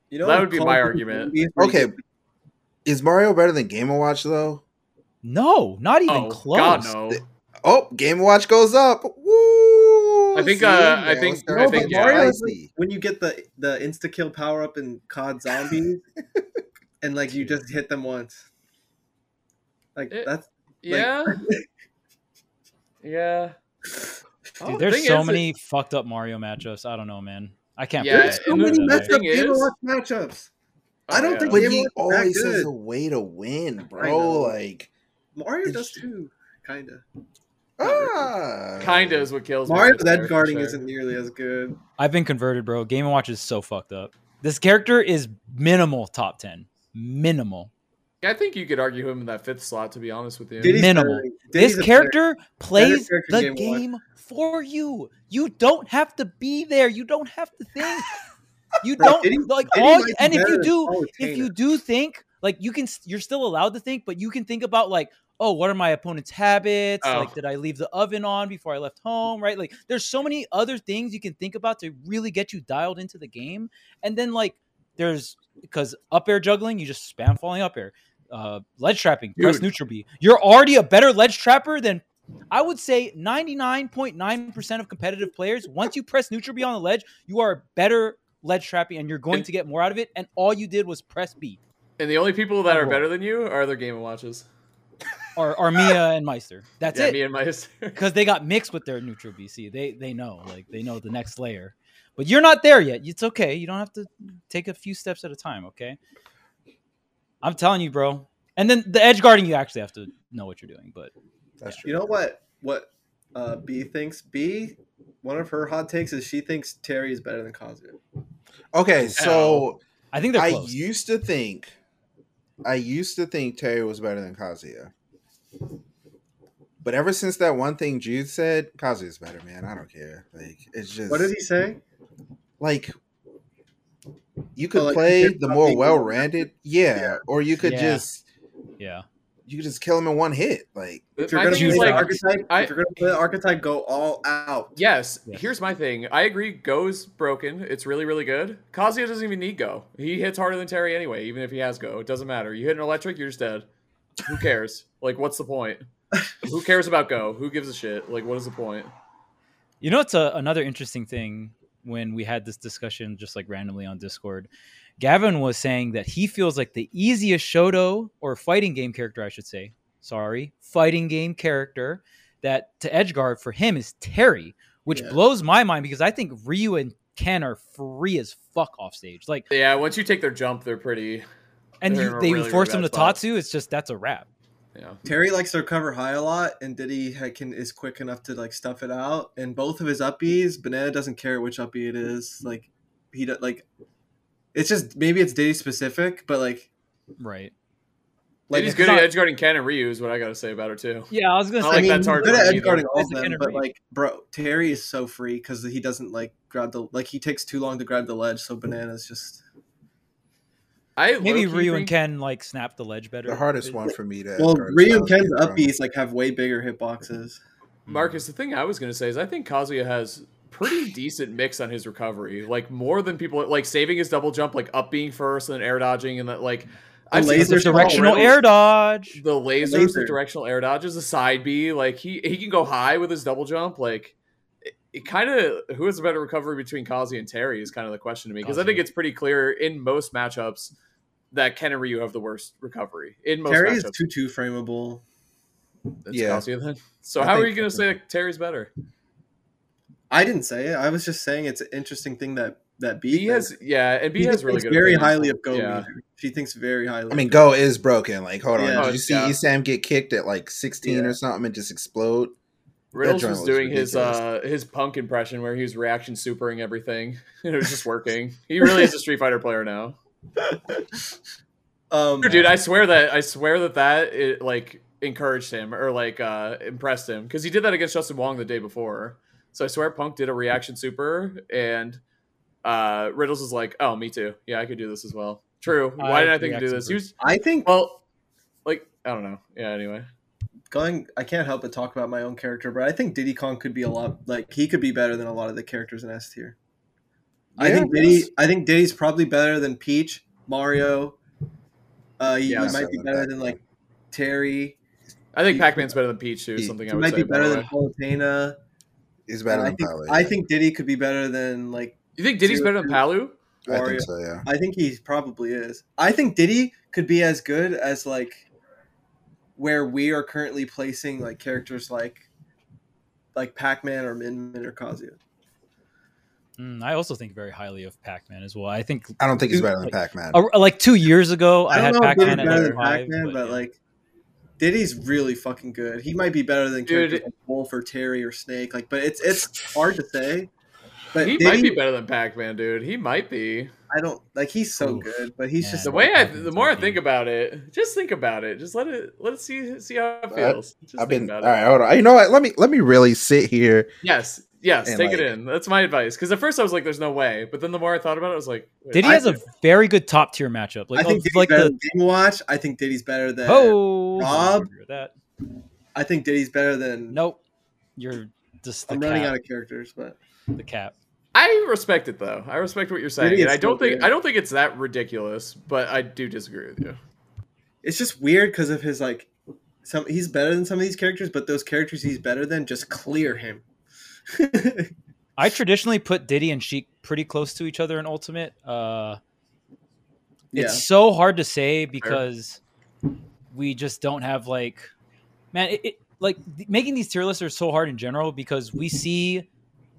Speaker 1: You know
Speaker 4: That
Speaker 1: what
Speaker 4: would be
Speaker 1: Call
Speaker 4: my
Speaker 1: of Duty
Speaker 4: argument.
Speaker 1: movies where you
Speaker 2: Okay.
Speaker 1: get-
Speaker 2: Is Mario better than Game & Watch though?
Speaker 3: No, not even
Speaker 4: oh
Speaker 3: close.
Speaker 4: God, no.
Speaker 2: Oh, Game & Watch goes up. Woo!
Speaker 4: I think,
Speaker 2: See,
Speaker 4: uh, I
Speaker 2: now it's
Speaker 4: think-
Speaker 2: starting
Speaker 4: I
Speaker 2: to
Speaker 4: think,
Speaker 2: get
Speaker 4: yeah.
Speaker 1: Mario's like-
Speaker 2: spicy.
Speaker 1: when you get the the insta kill power up in COD Zombies, and like you just hit them once. Like
Speaker 4: It-
Speaker 1: that's
Speaker 4: Yeah. yeah.
Speaker 3: Dude,
Speaker 4: Oh,
Speaker 3: there's
Speaker 4: thing
Speaker 3: so
Speaker 4: is,
Speaker 3: many fucked up Mario matchups. I don't know, man. I can't.
Speaker 4: Yeah,
Speaker 1: there's
Speaker 3: predict
Speaker 1: so
Speaker 4: and
Speaker 3: it.
Speaker 1: many matchup
Speaker 4: the- the thing
Speaker 1: Game
Speaker 4: is-
Speaker 1: Watch matchups.
Speaker 4: oh,
Speaker 1: I don't
Speaker 4: yeah.
Speaker 1: think
Speaker 2: But
Speaker 1: Game
Speaker 2: he
Speaker 1: Watch is that
Speaker 2: always has
Speaker 1: good.
Speaker 2: a way to win,
Speaker 1: know.
Speaker 2: bro. Like,
Speaker 1: Mario
Speaker 2: It's-
Speaker 1: does too, kinda.
Speaker 2: ah.
Speaker 4: Kinda is what kills me
Speaker 1: Mario's
Speaker 4: with her,
Speaker 1: edge
Speaker 4: for
Speaker 1: guarding
Speaker 4: sure.
Speaker 1: isn't nearly as good.
Speaker 3: I've been converted, bro. Game and Watch is so fucked up. This character is minimal top ten. Minimal.
Speaker 4: I think you could argue him in that fifth slot. To be honest with you,
Speaker 1: Diddy's
Speaker 3: Minimal.
Speaker 1: better- Diddy's a
Speaker 3: this character plays
Speaker 1: character
Speaker 3: the
Speaker 1: Game and Watch.
Speaker 3: game for you. You don't have to be there. You don't have to think. You
Speaker 1: Bro,
Speaker 3: don't
Speaker 1: Diddy-
Speaker 3: like
Speaker 1: Diddy
Speaker 3: all.
Speaker 1: might be
Speaker 3: And if
Speaker 1: better
Speaker 3: you
Speaker 1: than
Speaker 3: do,
Speaker 1: Palutena.
Speaker 3: if you do think like you can s- you're still allowed to think but you can think about like oh what are my opponent's habits
Speaker 4: Oh.
Speaker 3: like did i leave the oven on before i left home right like there's so many other things you can think about to really get you dialed into the game and then like there's because up air juggling you just spam falling up air uh ledge trapping press
Speaker 4: Dude.
Speaker 3: neutral b you're already a better ledge trapper than I would say 99.9% of competitive players, once you press neutral B on the ledge, you are a better ledge trapping and you're going
Speaker 4: And-
Speaker 3: to get more out of it. And all you did was press B.
Speaker 4: and the only people that are
Speaker 3: Overall.
Speaker 4: better than you are other Game and Watches.
Speaker 3: or, or Mia and Meister. That's
Speaker 4: yeah,
Speaker 3: it.
Speaker 4: me and my sister.
Speaker 3: Because they got mixed with their neutral BC. They they know like they know the next layer. But you're not there yet. It's okay. You don't have to take a few steps at a time. Okay. I'm telling you, bro. And then the edge guarding, you actually have to know what you're doing. But
Speaker 2: That's true.
Speaker 1: You know what? What uh, B thinks? B, one of her hot takes is she thinks Terry is better than Cosby.
Speaker 2: Okay, so
Speaker 3: I think they're
Speaker 2: I
Speaker 3: close.
Speaker 2: used to think, I used to think Terry was better than Kazuya. But ever since that one thing Jude said, Kazuya's better, man. I don't care. Like it's just
Speaker 1: What did he say?
Speaker 2: like you could
Speaker 1: like,
Speaker 2: play
Speaker 1: compared
Speaker 2: the
Speaker 1: to
Speaker 2: more
Speaker 1: people.
Speaker 2: well-rounded, yeah,
Speaker 1: Yeah.
Speaker 2: or you could
Speaker 3: Yeah.
Speaker 2: just
Speaker 3: yeah.
Speaker 2: you could just kill him in one hit. Like
Speaker 1: If you're gonna
Speaker 4: My thing
Speaker 1: play
Speaker 4: is,
Speaker 3: Judy
Speaker 1: the
Speaker 4: like,
Speaker 1: archetype,
Speaker 4: I-
Speaker 1: if you're gonna play the archetype, go all out.
Speaker 4: yes,
Speaker 3: Yeah.
Speaker 4: here's my thing. I agree. Go's broken. It's really, really good. Kazuya doesn't even need Go. He hits harder than Terry anyway, even if he has Go. It doesn't matter. You hit an electric, you're just dead. Who cares? like, what's the point? Who cares about Go? Who gives a shit? Like, what is the point?
Speaker 3: You know, it's a, another interesting thing when we had this discussion just like randomly on Discord. Gavin was saying that he feels like the easiest Shoto or fighting game character, I should say, sorry, fighting game character that to edge guard for him is Terry, which
Speaker 1: Yeah.
Speaker 3: blows my mind because I think Ryu and Ken are free as fuck off stage. Like,
Speaker 4: Yeah, once you take their jump, they're pretty.
Speaker 3: and
Speaker 4: They're
Speaker 3: you,
Speaker 4: in a
Speaker 3: they
Speaker 4: really, really
Speaker 3: force him to
Speaker 4: bad spot.
Speaker 3: Tatsu. It's just that's a wrap.
Speaker 4: Yeah.
Speaker 1: Terry likes to recover high a lot, and Diddy ha- can is quick enough to like stuff it out. And both of his uppies, Banana doesn't care which uppie it is. Like he do- like, it's just maybe it's Diddy specific, but like
Speaker 3: Right.
Speaker 1: like
Speaker 4: Like, he's
Speaker 1: if
Speaker 4: good
Speaker 1: not-
Speaker 4: at edge guarding Ken and Ryu is what I gotta say about her too.
Speaker 3: Yeah, I was gonna
Speaker 4: I
Speaker 3: say
Speaker 4: like
Speaker 1: I mean,
Speaker 4: that's hard
Speaker 1: good
Speaker 4: to
Speaker 1: at
Speaker 4: argue
Speaker 1: edge guarding all
Speaker 3: That's
Speaker 1: of
Speaker 3: a
Speaker 1: them,
Speaker 3: Ken
Speaker 1: but
Speaker 3: Reed.
Speaker 1: like, bro, Terry is so free because he doesn't like grab the like he takes too long to grab the ledge. So Banana's just
Speaker 4: I
Speaker 3: maybe
Speaker 4: low-key
Speaker 3: Ryu and
Speaker 4: think-
Speaker 3: Ken like snap the ledge better.
Speaker 2: the hardest one for me to
Speaker 1: well,
Speaker 2: guard is
Speaker 1: Ryu and
Speaker 2: Kazuya,
Speaker 1: Ken's
Speaker 2: bro.
Speaker 1: uppies like have way bigger hitboxes.
Speaker 2: Hmm.
Speaker 4: Marcus, the thing I was going to say is I think Kazuya has pretty decent mix on his recovery. Like more than people like saving his double jump, like up being first and then air dodging and that
Speaker 2: Hmm.
Speaker 4: like I've seen
Speaker 1: laser
Speaker 4: some
Speaker 1: There's
Speaker 3: directional
Speaker 4: riddles-
Speaker 3: air dodge.
Speaker 4: The lasers, the,
Speaker 1: laser.
Speaker 4: directional air dodges, the side B, like he he can go high with his double jump. Like it, it kind of who has a better recovery between Kazuya and Terry is kind of the question to me because I think
Speaker 3: Kazuya.
Speaker 4: it's pretty clear in most matchups that Ken and Ryu have the worst recovery in most
Speaker 1: Terry is
Speaker 4: matchups.
Speaker 1: too too frameable.
Speaker 4: It's
Speaker 2: Yeah.
Speaker 4: Kazuya then. So
Speaker 2: I
Speaker 4: how are
Speaker 2: think-
Speaker 4: you going to say that Terry's better?
Speaker 1: I didn't say it. I was just saying it's an interesting thing that that B,
Speaker 4: B
Speaker 1: thinks.
Speaker 4: has yeah, and B
Speaker 1: He
Speaker 4: has really
Speaker 1: thinks
Speaker 4: good.
Speaker 1: very
Speaker 4: opinions.
Speaker 1: highly of Go.
Speaker 4: Yeah.
Speaker 1: Meter. She thinks very highly.
Speaker 2: I mean,
Speaker 1: of
Speaker 2: Go is broken. Like, hold on.
Speaker 1: Yeah.
Speaker 2: Did you see
Speaker 4: Yeah.
Speaker 2: Esam get kicked at like 16
Speaker 1: Yeah.
Speaker 2: or something and just explode?
Speaker 4: Riddles
Speaker 2: joint
Speaker 4: was
Speaker 2: was
Speaker 4: doing his uh
Speaker 2: ridiculous.
Speaker 4: his punk impression where he was reaction supering everything. and it was just working. He really is a Street Fighter player now.
Speaker 1: um,
Speaker 4: Dude, I swear that I swear that that it like encouraged him or like uh impressed him because he did that against Justin Wong the day before. So I swear Punk did a reaction super and uh Riddles is like, "Oh, me too. Yeah, I could do this as well." True.
Speaker 3: I
Speaker 4: Why did I think to do
Speaker 3: reaction
Speaker 4: this? He was
Speaker 1: I think
Speaker 4: well, like I don't know. Yeah. Anyway,
Speaker 1: going. I can't help but talk about my own character, but I think Diddy Kong could be a lot like he could be better than a lot of the characters in S tier. I
Speaker 2: Yeah,
Speaker 1: think Diddy. I think Diddy's probably better than Peach, Mario. Uh, he,
Speaker 4: Yeah,
Speaker 1: he
Speaker 4: I'm
Speaker 1: might be
Speaker 2: so
Speaker 1: better
Speaker 2: that-
Speaker 1: than like Terry.
Speaker 4: I think Pac Man's better than Peach too. is
Speaker 2: He-
Speaker 4: Something
Speaker 1: He
Speaker 4: I would
Speaker 1: might be
Speaker 4: say. by
Speaker 1: better
Speaker 4: the
Speaker 1: than
Speaker 4: way.
Speaker 1: Palutena.
Speaker 2: He's
Speaker 1: And
Speaker 2: better
Speaker 1: I
Speaker 2: than
Speaker 1: think
Speaker 2: Palu.
Speaker 1: I think Diddy could be better than like
Speaker 4: You think Diddy's better than Palu?
Speaker 2: I
Speaker 1: Wario.
Speaker 2: think so, yeah.
Speaker 1: I think he probably is. I think Diddy could be as good as like where we are currently placing like characters like like Pac-Man or Min Min or Kazuya.
Speaker 3: Mm, I also think very highly of Pac-Man as well. I think
Speaker 2: I don't think he's
Speaker 3: Dude,
Speaker 2: better than
Speaker 3: like-
Speaker 2: Pac Man.
Speaker 3: uh, like two years ago, I,
Speaker 1: I
Speaker 3: had
Speaker 1: don't know if Diddy's
Speaker 3: Pac-Man at
Speaker 1: better
Speaker 3: number
Speaker 1: than
Speaker 3: five,
Speaker 1: Pac-Man, but,
Speaker 3: yeah.
Speaker 1: like Diddy's really fucking good. He might be better than characters
Speaker 4: Dude.
Speaker 1: like Wolf or Terry or Snake. Like, but it's it's hard to say. But
Speaker 4: he
Speaker 1: Diddy,
Speaker 4: might be better than Pac-Man, dude. He might be.
Speaker 1: I don't like. He's so
Speaker 3: Oof.
Speaker 1: good, but he's
Speaker 3: Yeah.
Speaker 1: just
Speaker 4: The way I,
Speaker 3: Pac-Man's
Speaker 4: the more I
Speaker 3: OP.
Speaker 4: think about it, just think about it. Just let it, let it see, see how it
Speaker 2: I-
Speaker 4: feels. Just
Speaker 2: I've
Speaker 4: think
Speaker 2: been all
Speaker 4: about it.
Speaker 2: right. Hold on. You know what? Let me let me really sit here.
Speaker 4: Yes, yes.
Speaker 2: And,
Speaker 4: take it
Speaker 2: like-
Speaker 4: in. That's my advice. Because at first I was like, "There's no way," but then the more I thought about it, I was like, wait,
Speaker 3: Diddy
Speaker 4: I-
Speaker 3: has a very good top tier matchup.
Speaker 1: I
Speaker 3: Like,
Speaker 1: think
Speaker 3: of,
Speaker 1: Diddy's
Speaker 3: like
Speaker 1: better
Speaker 3: the
Speaker 1: than Game Watch. I think Diddy's better than.
Speaker 3: oh,
Speaker 1: Rob.
Speaker 3: I agree with that.
Speaker 1: I think Diddy's better than.
Speaker 3: Nope, you're just the
Speaker 1: I'm
Speaker 3: cap,
Speaker 1: running out of characters, but
Speaker 3: the cap.
Speaker 4: I respect it though. I respect what you're saying.
Speaker 1: Diddy is
Speaker 4: and I don't
Speaker 1: still
Speaker 4: think
Speaker 1: good.
Speaker 4: I don't think it's that ridiculous, but I do disagree with you.
Speaker 1: it's just weird because of his like some he's better than some of these characters but those characters he's better than just clear him
Speaker 3: I traditionally put Diddy and Sheik pretty close to each other in Ultimate. Uh,
Speaker 1: yeah
Speaker 3: It's so hard to say because we just don't have like, man, it, it like th- making these tier lists are so hard in general because we see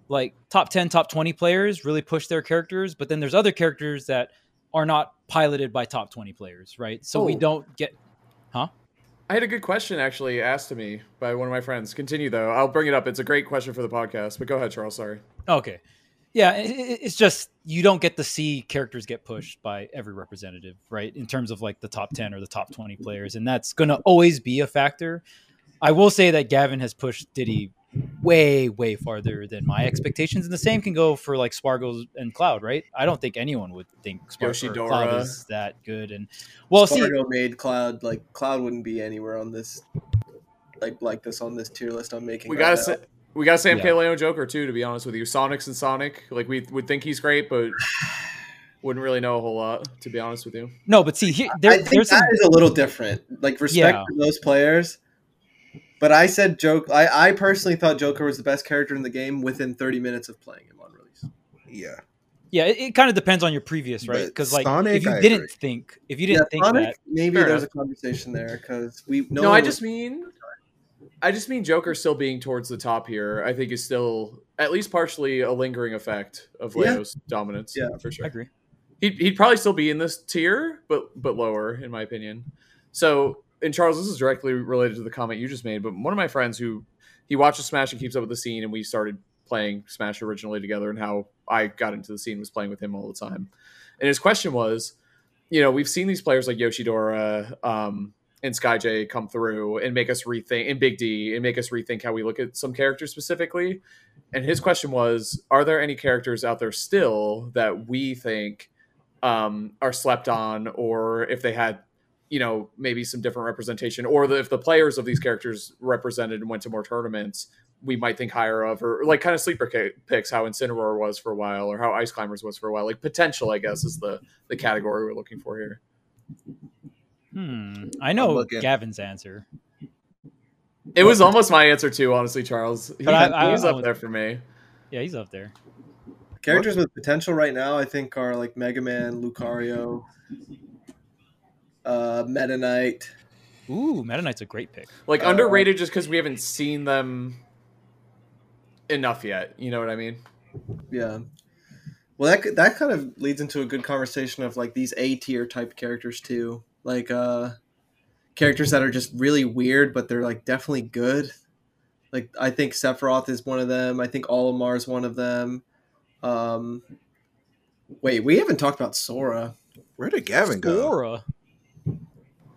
Speaker 3: like top 10, top 20 players really push their characters, but then there's other characters that are not piloted by top 20 players, right? So we
Speaker 4: Oh.
Speaker 3: don't get, Huh?
Speaker 4: I had a good question actually asked to me by one of my friends. Continue though. I'll bring it up. It's a great question for the podcast. But go ahead, Charles. Sorry.
Speaker 3: Okay. Yeah, i- i- it's just you don't get to see characters get pushed by every representative, right? In terms of like the top 10 or the top 20 players, and that's going to always be a factor. I will say that Gavin has pushed Diddy way, way farther than my expectations, and the same can go for like Spargo and Cloud, right? I don't think anyone would think Spargo or Cloud
Speaker 4: Yoshidora.
Speaker 3: is that good, and well, see,
Speaker 1: Fargo made Cloud like Cloud wouldn't be anywhere on this, like like this on this tier list I'm making.
Speaker 4: We
Speaker 1: right
Speaker 4: gotta
Speaker 1: now.
Speaker 4: say we gotta say
Speaker 3: Yeah.
Speaker 4: MKLeo Joker too, to be honest with you. Sonic's and Sonic. Like we would think he's great, but wouldn't really know a whole lot, to be honest with you.
Speaker 3: no, but see, here,
Speaker 1: I
Speaker 3: there,
Speaker 1: think that
Speaker 3: there's
Speaker 1: is
Speaker 3: some,
Speaker 1: a little different. Like respect
Speaker 3: Yeah.
Speaker 1: for those players. But I said joke. I, I personally thought Joker was the best character in the game within 30 minutes of playing him on release.
Speaker 2: Yeah.
Speaker 3: yeah, it, it kind of depends on your previous, right?
Speaker 2: But
Speaker 3: Because like
Speaker 2: Sonic,
Speaker 3: if you
Speaker 2: I
Speaker 3: didn't
Speaker 2: agree.
Speaker 3: think, if you didn't think
Speaker 1: Sonic,
Speaker 3: that,
Speaker 1: maybe
Speaker 4: Fair
Speaker 1: there's a conversation there because we
Speaker 4: No,
Speaker 1: no.
Speaker 4: I
Speaker 1: one
Speaker 4: just mean I just mean Joker still being towards the top here, I think is still at least partially a lingering effect of
Speaker 1: Yeah.
Speaker 4: Leo's dominance.
Speaker 1: Yeah.
Speaker 4: for
Speaker 3: I
Speaker 4: sure.
Speaker 3: agree.
Speaker 4: He'd, he'd probably still be in this tier, but but lower in my opinion. So, and Charles, this is directly related to the comment you just made. But one of my friends who he watches Smash and keeps up with the scene, and we started playing Smash originally together, and how I got into the scene was playing with him all the time. And his question was, you know, we've seen these players like Yoshidora um, and Sky J come through and make us rethink, and Big D, and make us rethink how we look at some characters specifically. And his question was, are there any characters out there still that we think um, are slept on, or if they had, you know, maybe some different representation, or the, if the players of these characters represented and went to more tournaments, we might think higher of, or like kind of sleeper ca- picks, how Incineroar was for a while, or how Ice Climbers was for a while. Like potential, I guess, is the the category we're looking for here.
Speaker 3: Hmm. I know
Speaker 2: Mm, looking.
Speaker 3: Gavin's answer.
Speaker 4: It was almost my answer too, honestly, Charles. He,
Speaker 3: But I-
Speaker 4: he was
Speaker 3: I- I
Speaker 4: up
Speaker 3: would-
Speaker 4: there for me.
Speaker 3: Yeah, he's up there.
Speaker 1: characters with potential right now. I think are like Mega Man, Lucario, uh, Meta Knight.
Speaker 3: Ooh, Meta Knight's a great pick.
Speaker 4: Like
Speaker 1: Uh,
Speaker 4: underrated, just because we haven't seen them enough yet. You know what I mean?
Speaker 1: Yeah. Well, that that kind of leads into a good conversation of like these A tier type characters too, like uh, characters that are just really weird, but they're like definitely good. Like I think Sephiroth is one of them. I think Olimar is one of them. Um, wait, we haven't talked about Sora.
Speaker 2: Where did Gavin go?
Speaker 3: Aura.
Speaker 1: What?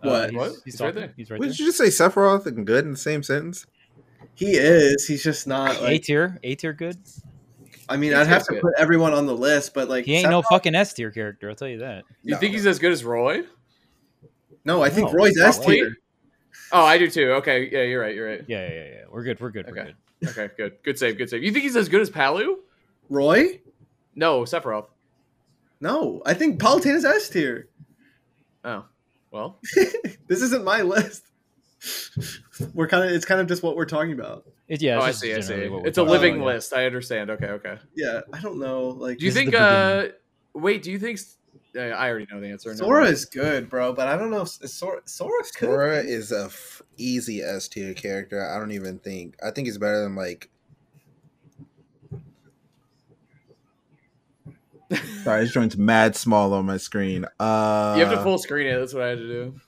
Speaker 3: Uh, he's,
Speaker 4: What?
Speaker 3: He's,
Speaker 4: He's right
Speaker 3: right there.
Speaker 4: there.
Speaker 3: He's right
Speaker 2: Would
Speaker 3: there.
Speaker 2: you just say Sephiroth and good in the same sentence?
Speaker 1: He is. He's just
Speaker 4: Uh,
Speaker 1: not.
Speaker 3: A
Speaker 1: Like,
Speaker 3: tier, A tier, good.
Speaker 1: I mean,
Speaker 4: he's
Speaker 1: I'd have
Speaker 4: just
Speaker 1: to
Speaker 4: good.
Speaker 1: put everyone on the list, but like
Speaker 3: He ain't no fucking S tier character. I'll tell you that.
Speaker 4: You
Speaker 2: No.
Speaker 4: think he's as good as Roy?
Speaker 1: No, I think
Speaker 3: No,
Speaker 1: Roy's S
Speaker 4: probably.
Speaker 1: tier.
Speaker 4: Oh, I do too. Okay, yeah, you're right. You're right.
Speaker 3: Yeah, yeah, yeah. yeah. We're good. We're good. We're
Speaker 4: Okay.
Speaker 3: good.
Speaker 4: Okay, good. Good save. Good save. You think he's as good as Palu?
Speaker 1: Roy?
Speaker 4: No, Sephiroth.
Speaker 1: No, I think Palutina's S tier.
Speaker 4: Oh, well,
Speaker 1: this isn't my list. We're kind of it's kind of just what we're talking about.
Speaker 3: It, yeah.
Speaker 4: oh,
Speaker 3: it's
Speaker 4: I
Speaker 3: just
Speaker 4: see. I see.
Speaker 3: generally what we're
Speaker 4: It's a
Speaker 3: talking about,
Speaker 4: living
Speaker 3: yeah.
Speaker 4: list. I understand. Okay, okay.
Speaker 1: Yeah, I don't know. Like
Speaker 4: Do you
Speaker 3: This is
Speaker 4: think?
Speaker 3: the
Speaker 4: uh Wait, do you think? Uh, I already know the answer. never
Speaker 1: Sora
Speaker 4: mind.
Speaker 1: is good, bro, but I don't know if is Sora Sora could.
Speaker 2: Sora is a f- easy S tier character. I don't even think. I think he's better than like. Sorry, it's drawing's mad small on my screen. Uh,
Speaker 4: You have to full screen it. That's what I had to do.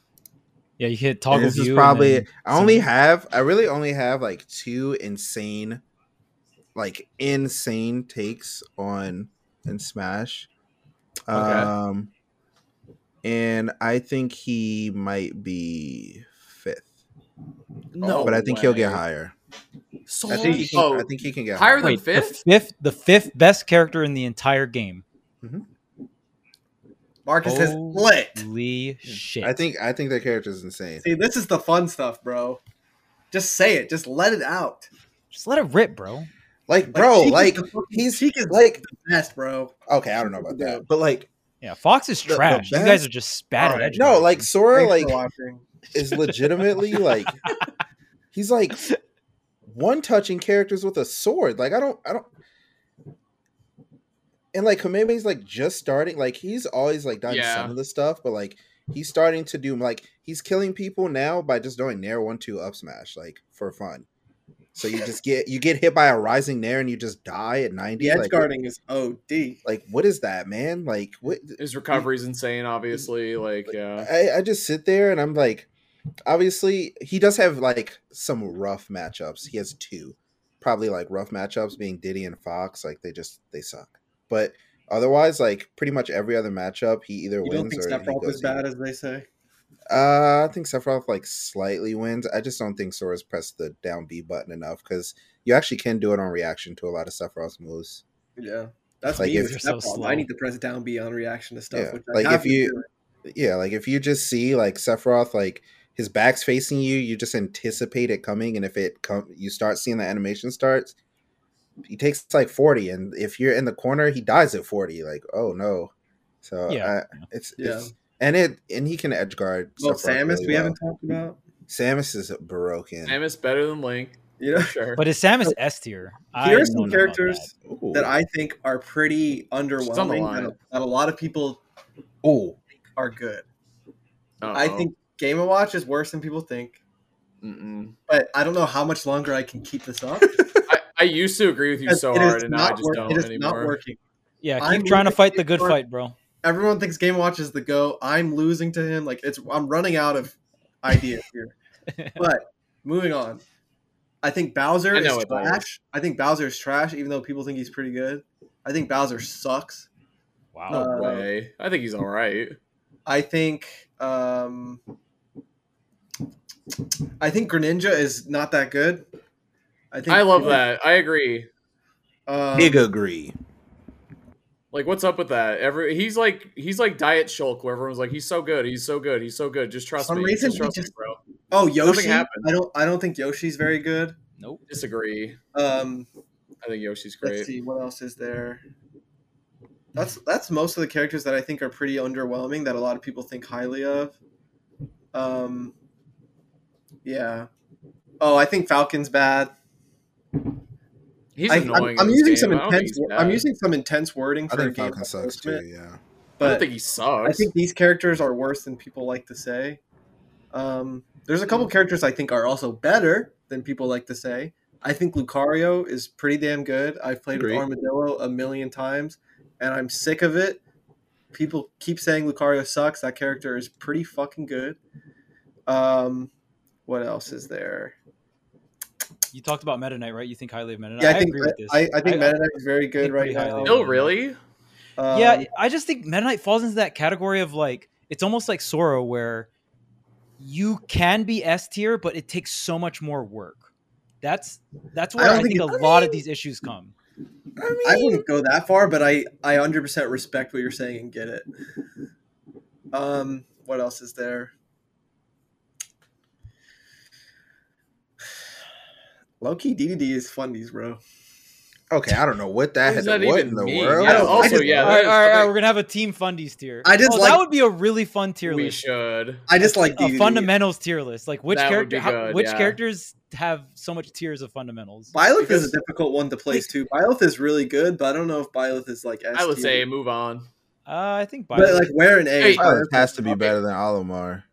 Speaker 3: Yeah, you hit
Speaker 2: and
Speaker 3: toggle
Speaker 2: This
Speaker 3: view.
Speaker 2: is
Speaker 3: and
Speaker 2: probably.
Speaker 3: then-
Speaker 2: I only
Speaker 3: some-
Speaker 2: have. I really only have like two insane, like insane takes on in Smash.
Speaker 4: Okay.
Speaker 2: Um, and I think he might be fifth,
Speaker 1: No
Speaker 2: but I think he'll get
Speaker 4: way.
Speaker 2: higher.
Speaker 1: Sora
Speaker 2: I think he can,
Speaker 4: Oh.
Speaker 2: I think he can get
Speaker 4: Higher
Speaker 2: higher.
Speaker 4: than
Speaker 3: Wait, the
Speaker 4: fifth?
Speaker 3: fifth, the fifth best character in the entire game.
Speaker 1: Marcus has
Speaker 3: Holy
Speaker 1: lit.
Speaker 3: shit!
Speaker 2: Hmm. I think I think that character is insane.
Speaker 1: See, this is the fun stuff, bro. Just say it. Just let it out.
Speaker 3: just let it rip, bro.
Speaker 2: Like, bro,
Speaker 1: Sheik is
Speaker 2: like
Speaker 1: the fucking-
Speaker 2: he's
Speaker 1: Sheik is
Speaker 2: like
Speaker 1: the best, bro.
Speaker 2: okay, I don't know about that, but like
Speaker 3: Yeah, Fox is
Speaker 2: The- the
Speaker 3: trash. you
Speaker 2: best-
Speaker 3: guys are just spat
Speaker 1: Alright.
Speaker 3: at.
Speaker 2: no, like Sora,
Speaker 1: Thanks
Speaker 2: like
Speaker 1: for watching.
Speaker 2: is legitimately like he's like one touching characters with a sword. Like I don't, I don't. And like Kamehameha's like just starting, like he's always like done
Speaker 4: Yeah.
Speaker 2: some of the stuff, but like he's starting to do like he's killing people now by just doing nair one two up smash like for fun. So you just get you get hit by a rising nair and you just die at ninety.
Speaker 1: The edge
Speaker 2: like,
Speaker 1: guarding is OD.
Speaker 2: like what is that, man? Like what?
Speaker 4: His recovery's insane. Obviously, like yeah.
Speaker 2: I, I just sit there and I'm like, obviously he does have like some rough matchups. He has two, probably like rough matchups being Diddy and Fox. Like they just they suck. But otherwise, like pretty much every other matchup, he either
Speaker 1: You don't think
Speaker 2: wins or he
Speaker 1: Sephiroth
Speaker 2: goes
Speaker 1: is bad,
Speaker 2: either.
Speaker 1: as they say?
Speaker 2: Uh, I think Sephiroth like slightly wins. I just don't think Sora's pressed the down B button enough because you actually can do it on reaction to a lot of Sephiroth's moves.
Speaker 1: Yeah. That's
Speaker 2: Like,
Speaker 1: me
Speaker 2: if-
Speaker 1: with
Speaker 3: They're so
Speaker 1: Sephiroth.
Speaker 3: slow.
Speaker 1: I need to press down B on reaction to stuff.
Speaker 2: Yeah,
Speaker 1: Which I
Speaker 2: like, if
Speaker 1: have been
Speaker 2: you-
Speaker 1: doing.
Speaker 2: Yeah, like if you just see like Sephiroth like his back's facing you, you just anticipate it coming, and if it come, you start seeing the animation starts. He takes like forty, and if you're in the corner, he dies at forty. Like, oh no! So
Speaker 3: Yeah.
Speaker 2: I, it's,
Speaker 1: Yeah.
Speaker 2: it's and it and he can edge guard.
Speaker 1: well,
Speaker 2: Sephiroth
Speaker 1: Samus,
Speaker 2: really
Speaker 1: we
Speaker 2: well.
Speaker 1: haven't talked about.
Speaker 2: Samus is broken.
Speaker 4: Samus better than Link,
Speaker 1: You
Speaker 4: for
Speaker 1: know,
Speaker 4: sure.
Speaker 3: But is Samus S tier? I
Speaker 1: here are
Speaker 3: don't know
Speaker 1: some
Speaker 3: about
Speaker 1: characters
Speaker 2: Ooh.
Speaker 1: that I think are pretty underwhelming
Speaker 4: line.
Speaker 1: that, that a lot of people
Speaker 2: Ooh.
Speaker 1: are good. I
Speaker 4: Uh-oh.
Speaker 1: think Game & Watch is worse than people think,
Speaker 4: Mm-mm.
Speaker 1: but I don't know how much longer I can keep this up.
Speaker 4: I, I used to agree with you
Speaker 1: because
Speaker 4: so
Speaker 1: it is
Speaker 4: hard, and now I
Speaker 1: not
Speaker 4: just
Speaker 1: work-
Speaker 4: don't
Speaker 1: It is
Speaker 4: anymore.
Speaker 1: not working.
Speaker 3: Yeah, keep
Speaker 1: I'm
Speaker 3: trying to
Speaker 1: losing
Speaker 3: fight the good
Speaker 1: for-
Speaker 3: fight, bro.
Speaker 1: Everyone thinks Game & Watch is the go. I'm losing to him. Like it's I'm running out of ideas here. but moving on. I think Bowser
Speaker 4: I know
Speaker 1: is
Speaker 4: it, Bowser.
Speaker 1: trash. I think Bowser is trash, even though people think he's pretty good. I think Bowser sucks.
Speaker 3: Wow.
Speaker 1: Uh,
Speaker 4: No way. I think he's all right.
Speaker 1: I think um, I think Greninja is not that good. I think
Speaker 4: I love that. I agree.
Speaker 1: Um,
Speaker 2: Big agree.
Speaker 4: Like, what's up with that? Every he's like he's like Diet Shulk, where everyone's like, he's so good, he's so good, he's so good. Just trust
Speaker 1: Some
Speaker 4: me.
Speaker 1: reason
Speaker 4: just
Speaker 1: he
Speaker 4: trust me,
Speaker 1: just-
Speaker 4: bro.
Speaker 1: oh Yoshi. I
Speaker 4: happened.
Speaker 1: don't. I don't think Yoshi's very good.
Speaker 3: nope.
Speaker 4: Disagree.
Speaker 1: Um,
Speaker 4: I think Yoshi's
Speaker 1: let's
Speaker 4: great.
Speaker 1: see what else is there. That's that's most of the characters that I think are pretty underwhelming that a lot of people think highly of. Um, yeah. Oh, I think Falcon's bad.
Speaker 4: He's
Speaker 1: I,
Speaker 4: annoying.
Speaker 1: am
Speaker 4: in
Speaker 1: using
Speaker 4: this game.
Speaker 1: some
Speaker 4: I don't think
Speaker 1: intense.
Speaker 4: he's
Speaker 1: I'm
Speaker 4: bad.
Speaker 1: using some intense wording
Speaker 2: I
Speaker 1: for a
Speaker 2: think
Speaker 1: game.
Speaker 2: Falcon sucks
Speaker 1: announcement,
Speaker 2: too. Yeah.
Speaker 4: I don't
Speaker 1: But
Speaker 4: think he sucks.
Speaker 1: I think these characters are worse than people like to say. Um, there's a couple characters I think are also better than people like to say. I think Lucario is pretty damn good. I've played
Speaker 2: Agree.
Speaker 1: with Armadillo a million times, and I'm sick of it. People keep saying Lucario sucks. That character is pretty fucking good. Um, what else is there?
Speaker 3: You talked about Meta Knight, right? You think highly of Meta Knight.
Speaker 1: Yeah, I,
Speaker 3: I,
Speaker 1: think
Speaker 3: agree with this.
Speaker 1: I, I think
Speaker 3: I-
Speaker 1: Meta Knight is very good
Speaker 3: think
Speaker 1: right
Speaker 3: pretty
Speaker 1: now.
Speaker 3: highly.
Speaker 4: no, really.
Speaker 1: Um,
Speaker 3: yeah, I just think Meta Knight falls into that category of like it's almost like Sora where you can be S tier, but it takes so much more work. That's that's
Speaker 1: I
Speaker 3: where I,
Speaker 1: don't
Speaker 3: think,
Speaker 1: think
Speaker 3: a
Speaker 1: it- I
Speaker 3: lot of these issues come.
Speaker 1: I wouldn't go that far, but I I 100% respect what you're saying and get it. Um, what else is there? Low key DDD is fundies, bro.
Speaker 2: Okay, I don't know what that
Speaker 4: What
Speaker 2: had
Speaker 4: does
Speaker 2: to
Speaker 4: that
Speaker 2: what
Speaker 4: even
Speaker 2: in the
Speaker 4: mean?
Speaker 2: world.
Speaker 1: I don't-
Speaker 4: also,
Speaker 1: I just-
Speaker 4: yeah.
Speaker 3: all
Speaker 4: that
Speaker 3: right,
Speaker 4: is
Speaker 3: all right, all right,
Speaker 4: something
Speaker 3: we're gonna have a team fundies tier.
Speaker 1: I just
Speaker 3: oh, that
Speaker 1: like-
Speaker 3: would be a really fun tier
Speaker 4: we
Speaker 3: list.
Speaker 4: should.
Speaker 1: I just like
Speaker 3: a
Speaker 1: DDD.
Speaker 3: fundamentals tier list. Like which
Speaker 4: That would
Speaker 3: character?
Speaker 4: be
Speaker 3: how-
Speaker 4: good,
Speaker 3: which
Speaker 4: yeah.
Speaker 3: characters have so much tiers of fundamentals?
Speaker 1: Byleth
Speaker 4: because-
Speaker 1: is a difficult one to place too. Byleth is really good, but I don't know if Byleth is like S
Speaker 4: I would
Speaker 1: tier.
Speaker 4: say move on.
Speaker 3: Uh, I think.
Speaker 1: but
Speaker 3: Byleth.
Speaker 1: like where an A.
Speaker 4: Hey,
Speaker 1: Byleth
Speaker 2: Oh, it has
Speaker 1: is-
Speaker 2: to be better than Olimar.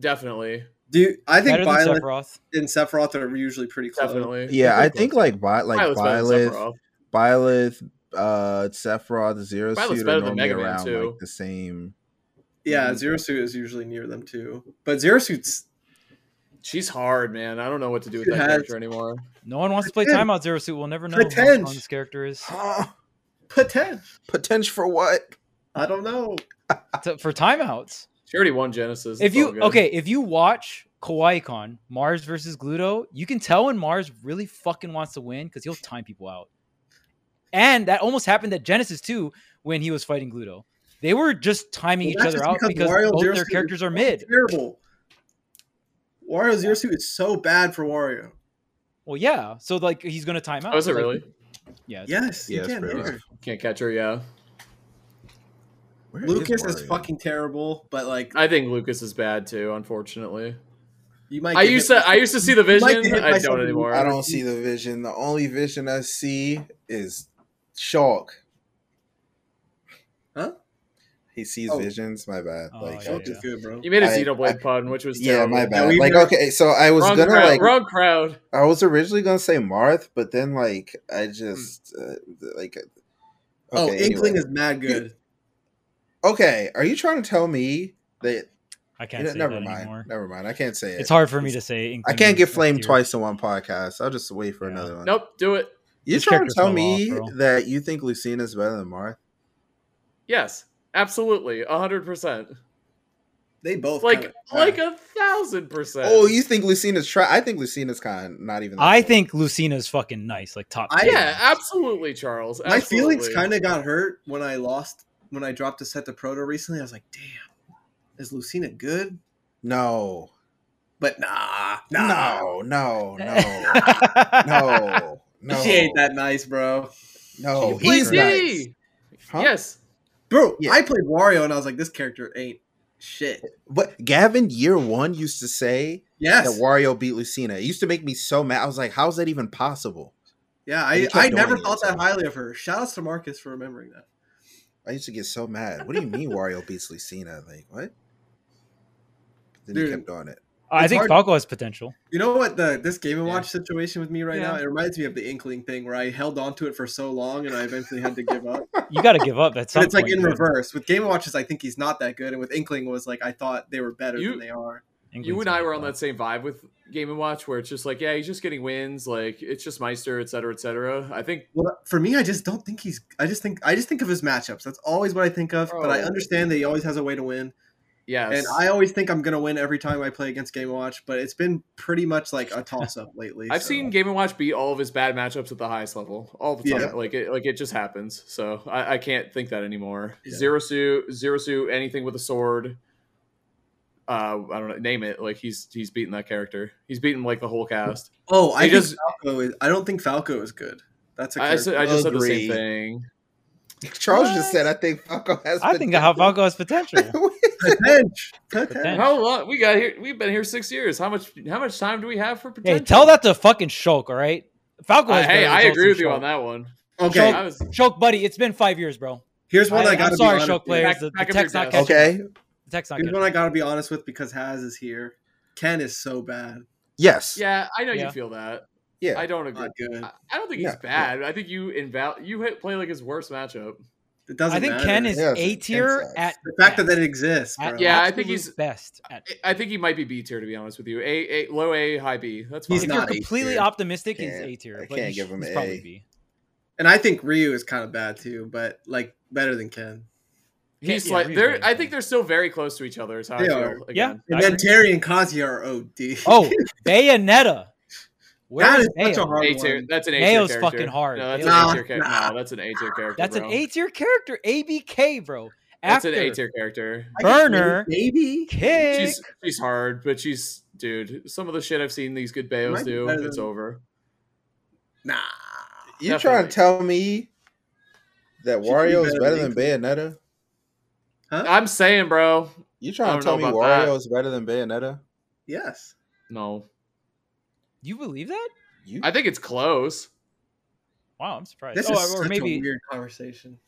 Speaker 4: Definitely,
Speaker 1: Do I think
Speaker 3: better than
Speaker 1: Byleth
Speaker 3: Sephiroth.
Speaker 1: and Sephiroth are usually pretty close?
Speaker 4: definitely.
Speaker 2: Yeah, I think like Vi- like
Speaker 4: Violet's better than
Speaker 2: Byleth,
Speaker 4: Sephiroth.
Speaker 2: Byleth, uh, Sephiroth, Zero
Speaker 4: Violet's
Speaker 2: Suit are
Speaker 4: better
Speaker 2: normally
Speaker 4: than Mega Man,
Speaker 2: around
Speaker 4: too.
Speaker 2: like the same.
Speaker 3: Mm-hmm.
Speaker 1: Yeah, Zero Suit is usually near them too. But Zero Suit's
Speaker 4: She's hard, man. I don't know what to do with
Speaker 1: She
Speaker 4: that
Speaker 1: has-
Speaker 4: character anymore.
Speaker 3: No one wants to play
Speaker 1: Pretend.
Speaker 3: timeout zero suit. We'll never know how
Speaker 1: Pretend.
Speaker 3: strong this character is.
Speaker 2: Huh?
Speaker 1: potential.
Speaker 2: Potential for what?
Speaker 1: I don't know.
Speaker 3: To- for timeouts.
Speaker 4: She already won Genesis.
Speaker 3: If
Speaker 4: It's all
Speaker 3: you
Speaker 4: good.
Speaker 3: okay, if you watch KawaiiCon Mars versus Gluto, you can tell when Mars really fucking wants to win because he'll time people out. And that almost happened at Genesis too when he was fighting Gluto. They were just timing
Speaker 1: Well,
Speaker 3: each
Speaker 1: that's
Speaker 3: other
Speaker 1: just
Speaker 3: out
Speaker 1: because
Speaker 3: because
Speaker 1: Wario
Speaker 3: both
Speaker 1: Zero
Speaker 3: their
Speaker 1: Suit is
Speaker 3: characters are mid.
Speaker 1: Terrible. Wario Zero Suit is so bad for Wario.
Speaker 3: Well, yeah. So like he's gonna time out.
Speaker 4: Oh, is it
Speaker 3: Like,
Speaker 4: really?
Speaker 3: Yeah. it's-
Speaker 1: Yes, you
Speaker 2: Yeah, it's
Speaker 1: can
Speaker 2: pretty
Speaker 1: later.
Speaker 4: Can't catch her. Yeah,
Speaker 2: Where
Speaker 1: Lucas is
Speaker 2: Wario?
Speaker 1: fucking terrible, but like
Speaker 4: I think Lucas is bad too. Unfortunately,
Speaker 1: you might.
Speaker 4: I
Speaker 1: get
Speaker 4: used
Speaker 1: hit-
Speaker 4: to. I used to see the
Speaker 1: might get
Speaker 4: vision.
Speaker 1: hit
Speaker 4: I
Speaker 1: by
Speaker 4: don't
Speaker 1: something.
Speaker 4: anymore.
Speaker 2: I don't see the vision. The only vision I see is Shark.
Speaker 1: Huh?
Speaker 2: He sees
Speaker 1: Oh.
Speaker 2: visions. My bad.
Speaker 3: Oh,
Speaker 2: like,
Speaker 3: yeah,
Speaker 1: Shulk is good, bro.
Speaker 4: You made a
Speaker 2: I-
Speaker 4: Xenoblade pun, which was
Speaker 2: yeah,
Speaker 4: terrible.
Speaker 2: my
Speaker 1: Yeah,
Speaker 2: bad.
Speaker 1: we
Speaker 2: like,
Speaker 1: were-
Speaker 2: okay, so I was
Speaker 4: Wrong
Speaker 2: gonna
Speaker 4: crowd.
Speaker 2: like
Speaker 4: wrong crowd.
Speaker 2: I was originally gonna say Marth, but then like I just uh, like okay,
Speaker 1: oh, Inkling
Speaker 2: anyway.
Speaker 1: is mad good.
Speaker 2: Okay, are you trying to tell me that
Speaker 3: I can't
Speaker 2: Yeah,
Speaker 3: say
Speaker 2: never
Speaker 3: that
Speaker 2: mind.
Speaker 3: anymore.
Speaker 2: Never mind. I can't say it.
Speaker 3: It's hard for me to say.
Speaker 2: I can't get flamed
Speaker 3: flamed
Speaker 2: twice in one podcast. I'll just wait for
Speaker 3: Yeah.
Speaker 2: another one.
Speaker 4: Nope, do it.
Speaker 2: You
Speaker 3: This
Speaker 2: trying to
Speaker 3: character's
Speaker 2: tell
Speaker 3: no law,
Speaker 2: me
Speaker 3: bro.
Speaker 2: that you think Lucina's better than Marth?
Speaker 4: Yes, absolutely, a hundred percent.
Speaker 1: They both
Speaker 4: Like
Speaker 1: kinda-
Speaker 4: like a thousand percent.
Speaker 2: Oh, you think Lucina's try? I think Lucina's kind of not even. that
Speaker 3: I
Speaker 2: good.
Speaker 3: think Lucina's fucking nice, like top.
Speaker 1: I-
Speaker 3: tier.
Speaker 4: Uh, yeah, absolutely, Charles.
Speaker 1: my feelings kind of got hurt when I lost when I dropped a set to Proto recently. I was like, damn, is Lucina good?
Speaker 2: no,
Speaker 1: But nah, nah,
Speaker 2: no, no, no, no, no.
Speaker 1: she ain't that nice, bro.
Speaker 2: No,
Speaker 4: He
Speaker 2: he's
Speaker 4: plays
Speaker 2: nice.
Speaker 4: D.
Speaker 2: Huh?
Speaker 4: Yes,
Speaker 1: Bro,
Speaker 2: Yeah.
Speaker 1: I played Wario and I was like, this character ain't shit.
Speaker 2: But Gavin, year one, used to say
Speaker 1: Yes,
Speaker 2: that Wario beat Lucina. It used to make me so mad. I was like, "How's that even possible?"
Speaker 1: yeah, I,
Speaker 2: you kept
Speaker 1: I
Speaker 2: doing
Speaker 1: never
Speaker 2: it,
Speaker 1: thought
Speaker 2: so-
Speaker 1: that highly of her. Shout outs to Marcus for remembering that.
Speaker 2: I used to get so mad. What do you mean Wario beats Lucina? Like what? Then
Speaker 1: Dude.
Speaker 2: he kept on it.
Speaker 3: I
Speaker 1: It's
Speaker 3: think
Speaker 1: hard-
Speaker 3: Falco has potential.
Speaker 1: You know what the this Game and
Speaker 4: Yeah.
Speaker 1: Watch situation with me right now?
Speaker 4: Yeah.
Speaker 1: It reminds me of the Inkling thing where I held on to it for so long and I eventually had to give up.
Speaker 3: You got to give up. At some
Speaker 1: But it's like
Speaker 3: point,
Speaker 1: in
Speaker 3: dude.
Speaker 1: reverse. With Game and Watches, I think he's not that good, and with Inkling was like I thought they were better
Speaker 4: You-
Speaker 1: than they are.
Speaker 3: England's
Speaker 4: you and I
Speaker 3: gonna
Speaker 4: were on
Speaker 3: go.
Speaker 4: that same vibe with Game and Watch, where it's just like, yeah, he's just getting wins. Like it's just Meister, et cetera, et cetera. I think
Speaker 1: Well, for me, I just don't think he's. I just think I just think of his matchups. That's always what I think of. But I
Speaker 4: Oh.
Speaker 1: understand that he always has a way to win,
Speaker 4: yes,
Speaker 1: and I always think I'm gonna win every time I play against Game and Watch. But it's been pretty much like a toss up lately.
Speaker 4: I've
Speaker 1: so-
Speaker 4: seen Game and Watch beat all of his bad matchups at the highest level all the time.
Speaker 1: Yeah.
Speaker 4: Like it, like it just happens. So I, I can't think that anymore.
Speaker 1: Yeah.
Speaker 4: Zero suit, zero suit, anything with a sword. Uh, I don't know, name it. Like he's he's beaten that character. He's beaten like the whole cast.
Speaker 1: Oh, I
Speaker 4: I
Speaker 1: think
Speaker 4: just
Speaker 1: Falco is, I don't think Falco is good. That's a
Speaker 4: I, s-
Speaker 1: character.
Speaker 4: I just said the
Speaker 2: Agree.
Speaker 4: same thing.
Speaker 2: Charles just
Speaker 3: What?
Speaker 2: said, "I think Falco has."
Speaker 3: I think how Falco has potential.
Speaker 1: Oh, Potential. Potential.
Speaker 4: How long we got here? We've been here six years. How much how much time do we have for potential?
Speaker 3: hey, tell that to fucking Shulk, all right? Falco.
Speaker 4: Uh,
Speaker 3: Has
Speaker 4: hey,
Speaker 3: better
Speaker 4: I
Speaker 3: results
Speaker 4: agree
Speaker 3: than
Speaker 4: with you
Speaker 3: Shulk.
Speaker 4: on that one.
Speaker 1: Okay,
Speaker 4: I was
Speaker 3: Shulk, buddy, it's been five years, bro.
Speaker 1: here's one
Speaker 3: I-
Speaker 1: I,
Speaker 3: I'm
Speaker 1: gotta.
Speaker 3: sorry,
Speaker 1: be honest
Speaker 3: show
Speaker 1: with.
Speaker 3: players,
Speaker 4: Back-
Speaker 3: the, the
Speaker 4: back up
Speaker 3: tech's
Speaker 4: your
Speaker 3: not
Speaker 4: desk.
Speaker 3: catching.
Speaker 2: okay.
Speaker 3: The tech's not
Speaker 1: Here's
Speaker 3: catching.
Speaker 1: one I gotta be honest with because Haz is here. Ken is so bad.
Speaker 2: Yes.
Speaker 4: yeah. I know
Speaker 3: Yeah.
Speaker 4: you feel that.
Speaker 2: Yeah.
Speaker 4: I don't agree.
Speaker 1: Not good.
Speaker 4: I, I don't think he's
Speaker 2: No,
Speaker 4: bad. I think you inval you hit play like his worst matchup.
Speaker 1: It doesn't.
Speaker 3: I think
Speaker 1: matter.
Speaker 3: Ken is
Speaker 2: Yeah,
Speaker 3: A tier
Speaker 2: Ken sucks.
Speaker 3: at
Speaker 1: the fact that that exists. Bro.
Speaker 3: at
Speaker 4: Yeah, I
Speaker 3: absolute
Speaker 4: think he's-
Speaker 3: best. At,
Speaker 4: I- I think he might be B tier to be honest with you. A, a low A, high B. That's fine.
Speaker 1: He's
Speaker 3: if
Speaker 1: not
Speaker 3: you're
Speaker 1: A tier.
Speaker 3: completely optimistic, he's
Speaker 2: Can't-
Speaker 3: A tier.
Speaker 2: I
Speaker 3: but
Speaker 2: can't
Speaker 3: he's-
Speaker 2: give him
Speaker 3: he's
Speaker 2: an
Speaker 3: probably
Speaker 2: A.
Speaker 3: B.
Speaker 1: and I think Ryu is kind of bad too, but like better than Ken.
Speaker 4: He's
Speaker 3: yeah,
Speaker 4: like
Speaker 3: Ryu's
Speaker 4: they're.
Speaker 3: better
Speaker 4: I
Speaker 3: than
Speaker 4: think
Speaker 3: him.
Speaker 4: they're still very close to each other. Is how
Speaker 1: They
Speaker 4: I feel.
Speaker 1: are.
Speaker 3: Yeah.
Speaker 4: Again.
Speaker 1: And
Speaker 3: I
Speaker 1: then
Speaker 3: agree.
Speaker 1: Terry and Kazi are OD.
Speaker 3: Oh, Bayonetta. Where
Speaker 1: that
Speaker 3: is
Speaker 1: is such a
Speaker 3: Bayo?
Speaker 1: hard
Speaker 4: A tier.
Speaker 1: one.
Speaker 4: That's an A tier
Speaker 3: Nao's
Speaker 4: character.
Speaker 3: fucking hard.
Speaker 4: No, that's
Speaker 1: Nao's-
Speaker 4: an A tier character.
Speaker 1: Nah.
Speaker 4: No, that's an A tier character.
Speaker 3: That's an
Speaker 4: bro.
Speaker 3: A tier character. ABK, bro.
Speaker 4: That's an
Speaker 3: Actor.
Speaker 4: A tier character.
Speaker 1: I guess maybe-
Speaker 3: Burner.
Speaker 1: Maybe.
Speaker 3: Kick.
Speaker 4: She's she's hard, but she's dude. Some of the shit I've seen these good Bayos
Speaker 1: Might be
Speaker 4: do,
Speaker 1: better
Speaker 4: it's
Speaker 1: than-
Speaker 4: over.
Speaker 1: Nah.
Speaker 2: You trying
Speaker 4: Definitely.
Speaker 2: to tell me that
Speaker 1: She could be
Speaker 2: Wario is
Speaker 1: better
Speaker 2: better
Speaker 1: than
Speaker 2: than Bayonetta?
Speaker 4: I'm saying, bro.
Speaker 2: You
Speaker 4: I
Speaker 2: trying
Speaker 4: don't
Speaker 2: to tell me
Speaker 4: know about
Speaker 2: Wario is better than Bayonetta?
Speaker 1: Yes.
Speaker 4: No,
Speaker 3: you believe that?
Speaker 2: You
Speaker 4: I think it's close.
Speaker 3: Wow, I'm surprised.
Speaker 1: This
Speaker 3: oh,
Speaker 1: is
Speaker 3: or
Speaker 1: such
Speaker 3: maybe
Speaker 1: a weird conversation.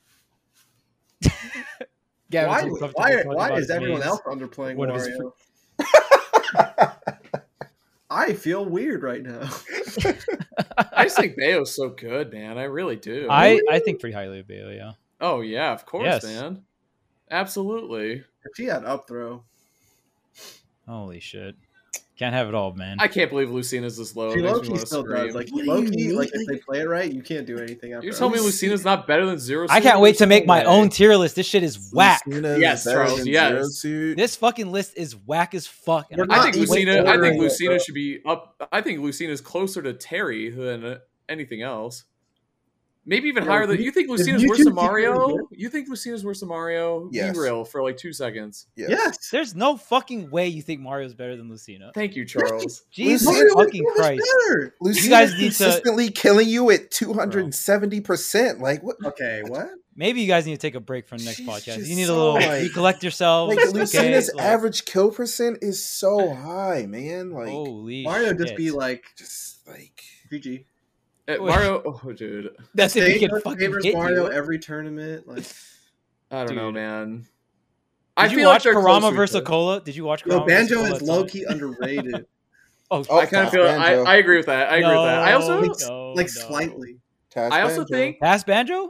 Speaker 3: Gavin's
Speaker 1: why?
Speaker 3: uncomfortable
Speaker 1: Why?
Speaker 3: talking
Speaker 1: Why
Speaker 3: about
Speaker 1: is
Speaker 3: his
Speaker 1: everyone
Speaker 3: maze.
Speaker 1: else underplaying
Speaker 3: What is-
Speaker 1: Wario? I feel weird right now.
Speaker 4: I just think Bayo's so good, man. I really do.
Speaker 3: I, I think pretty highly of Bayo, yeah.
Speaker 4: Oh yeah, of course,
Speaker 3: Yes.
Speaker 4: man. Absolutely.
Speaker 1: If she had up throw,
Speaker 3: Holy shit. Can't have it all, man.
Speaker 4: I can't believe Lucina's this low. Oh, It
Speaker 1: she
Speaker 4: makes me
Speaker 1: Loki
Speaker 4: wanna
Speaker 1: still
Speaker 4: scream.
Speaker 1: does. Like
Speaker 2: What do you
Speaker 1: Loki,
Speaker 2: mean?
Speaker 1: like if they play it right, you can't do anything after.
Speaker 4: you're telling me
Speaker 1: that.
Speaker 4: Lucina's not better than zero.
Speaker 3: I can't
Speaker 4: Suit?
Speaker 3: wait to make my
Speaker 4: No
Speaker 3: own
Speaker 4: way.
Speaker 3: tier list. This shit is whack.
Speaker 2: Lucina is
Speaker 4: Yes,
Speaker 2: better
Speaker 4: Charles,
Speaker 2: than
Speaker 4: yes.
Speaker 2: Zero Suit?
Speaker 3: This fucking list is whack as fuck. and
Speaker 1: We're
Speaker 4: I think
Speaker 1: Not even
Speaker 4: Lucina. I
Speaker 1: ordering
Speaker 4: think
Speaker 1: it,
Speaker 4: Lucina
Speaker 1: bro.
Speaker 4: should be up. I think Lucina's closer to Terry than anything else. Maybe even
Speaker 1: Yeah,
Speaker 4: higher than
Speaker 1: you-
Speaker 4: you think.
Speaker 1: if
Speaker 4: Lucina's
Speaker 1: you
Speaker 4: worse
Speaker 1: can
Speaker 4: than
Speaker 1: see Terry,
Speaker 4: Mario.
Speaker 1: bro.
Speaker 4: You think Lucina's worse than Mario?
Speaker 2: Yes.
Speaker 4: Be real for like two seconds.
Speaker 2: Yes.
Speaker 1: Yes.
Speaker 3: There's no fucking way you think Mario's better than Lucina.
Speaker 4: Thank you, Charles.
Speaker 3: Jesus
Speaker 2: Mario was
Speaker 3: fucking
Speaker 1: so much
Speaker 3: Christ.
Speaker 1: better.
Speaker 2: Lucina's
Speaker 3: guys need to-
Speaker 2: consistently killing you at 270%. Like what
Speaker 1: Okay, what?
Speaker 3: Maybe you guys need to take a break from the next
Speaker 2: She's
Speaker 3: podcast.
Speaker 2: just
Speaker 3: You need a
Speaker 2: so,
Speaker 3: little
Speaker 2: like-
Speaker 3: recollect yourselves.
Speaker 2: like Lucina's
Speaker 3: okay? Like,
Speaker 2: average kill percent is so high, man. Like
Speaker 3: holy
Speaker 1: Mario just
Speaker 3: shit.
Speaker 1: be like,
Speaker 2: just like
Speaker 1: GG.
Speaker 4: Uh, Mario. Oh, dude.
Speaker 3: that's if he
Speaker 1: Save
Speaker 3: can fucking
Speaker 1: favors
Speaker 3: hit
Speaker 1: Mario
Speaker 3: you.
Speaker 1: every tournament. Like,
Speaker 4: I don't know,
Speaker 3: Dude.
Speaker 4: man. Did
Speaker 3: Did you watch Karama versus Cola? Did you watch Karama?
Speaker 1: yo, Banjo
Speaker 3: versus Cola?
Speaker 1: is low key underrated,
Speaker 3: Oh,
Speaker 2: Oh,
Speaker 4: I kind
Speaker 2: Task
Speaker 4: of feel. I,
Speaker 2: Banjo.
Speaker 4: I agree with that. I agree with that. I also
Speaker 3: no, no,
Speaker 1: like
Speaker 3: Oh, no.
Speaker 1: slightly.
Speaker 2: Task
Speaker 4: I also
Speaker 2: Banjo.
Speaker 4: think
Speaker 3: That's Banjo.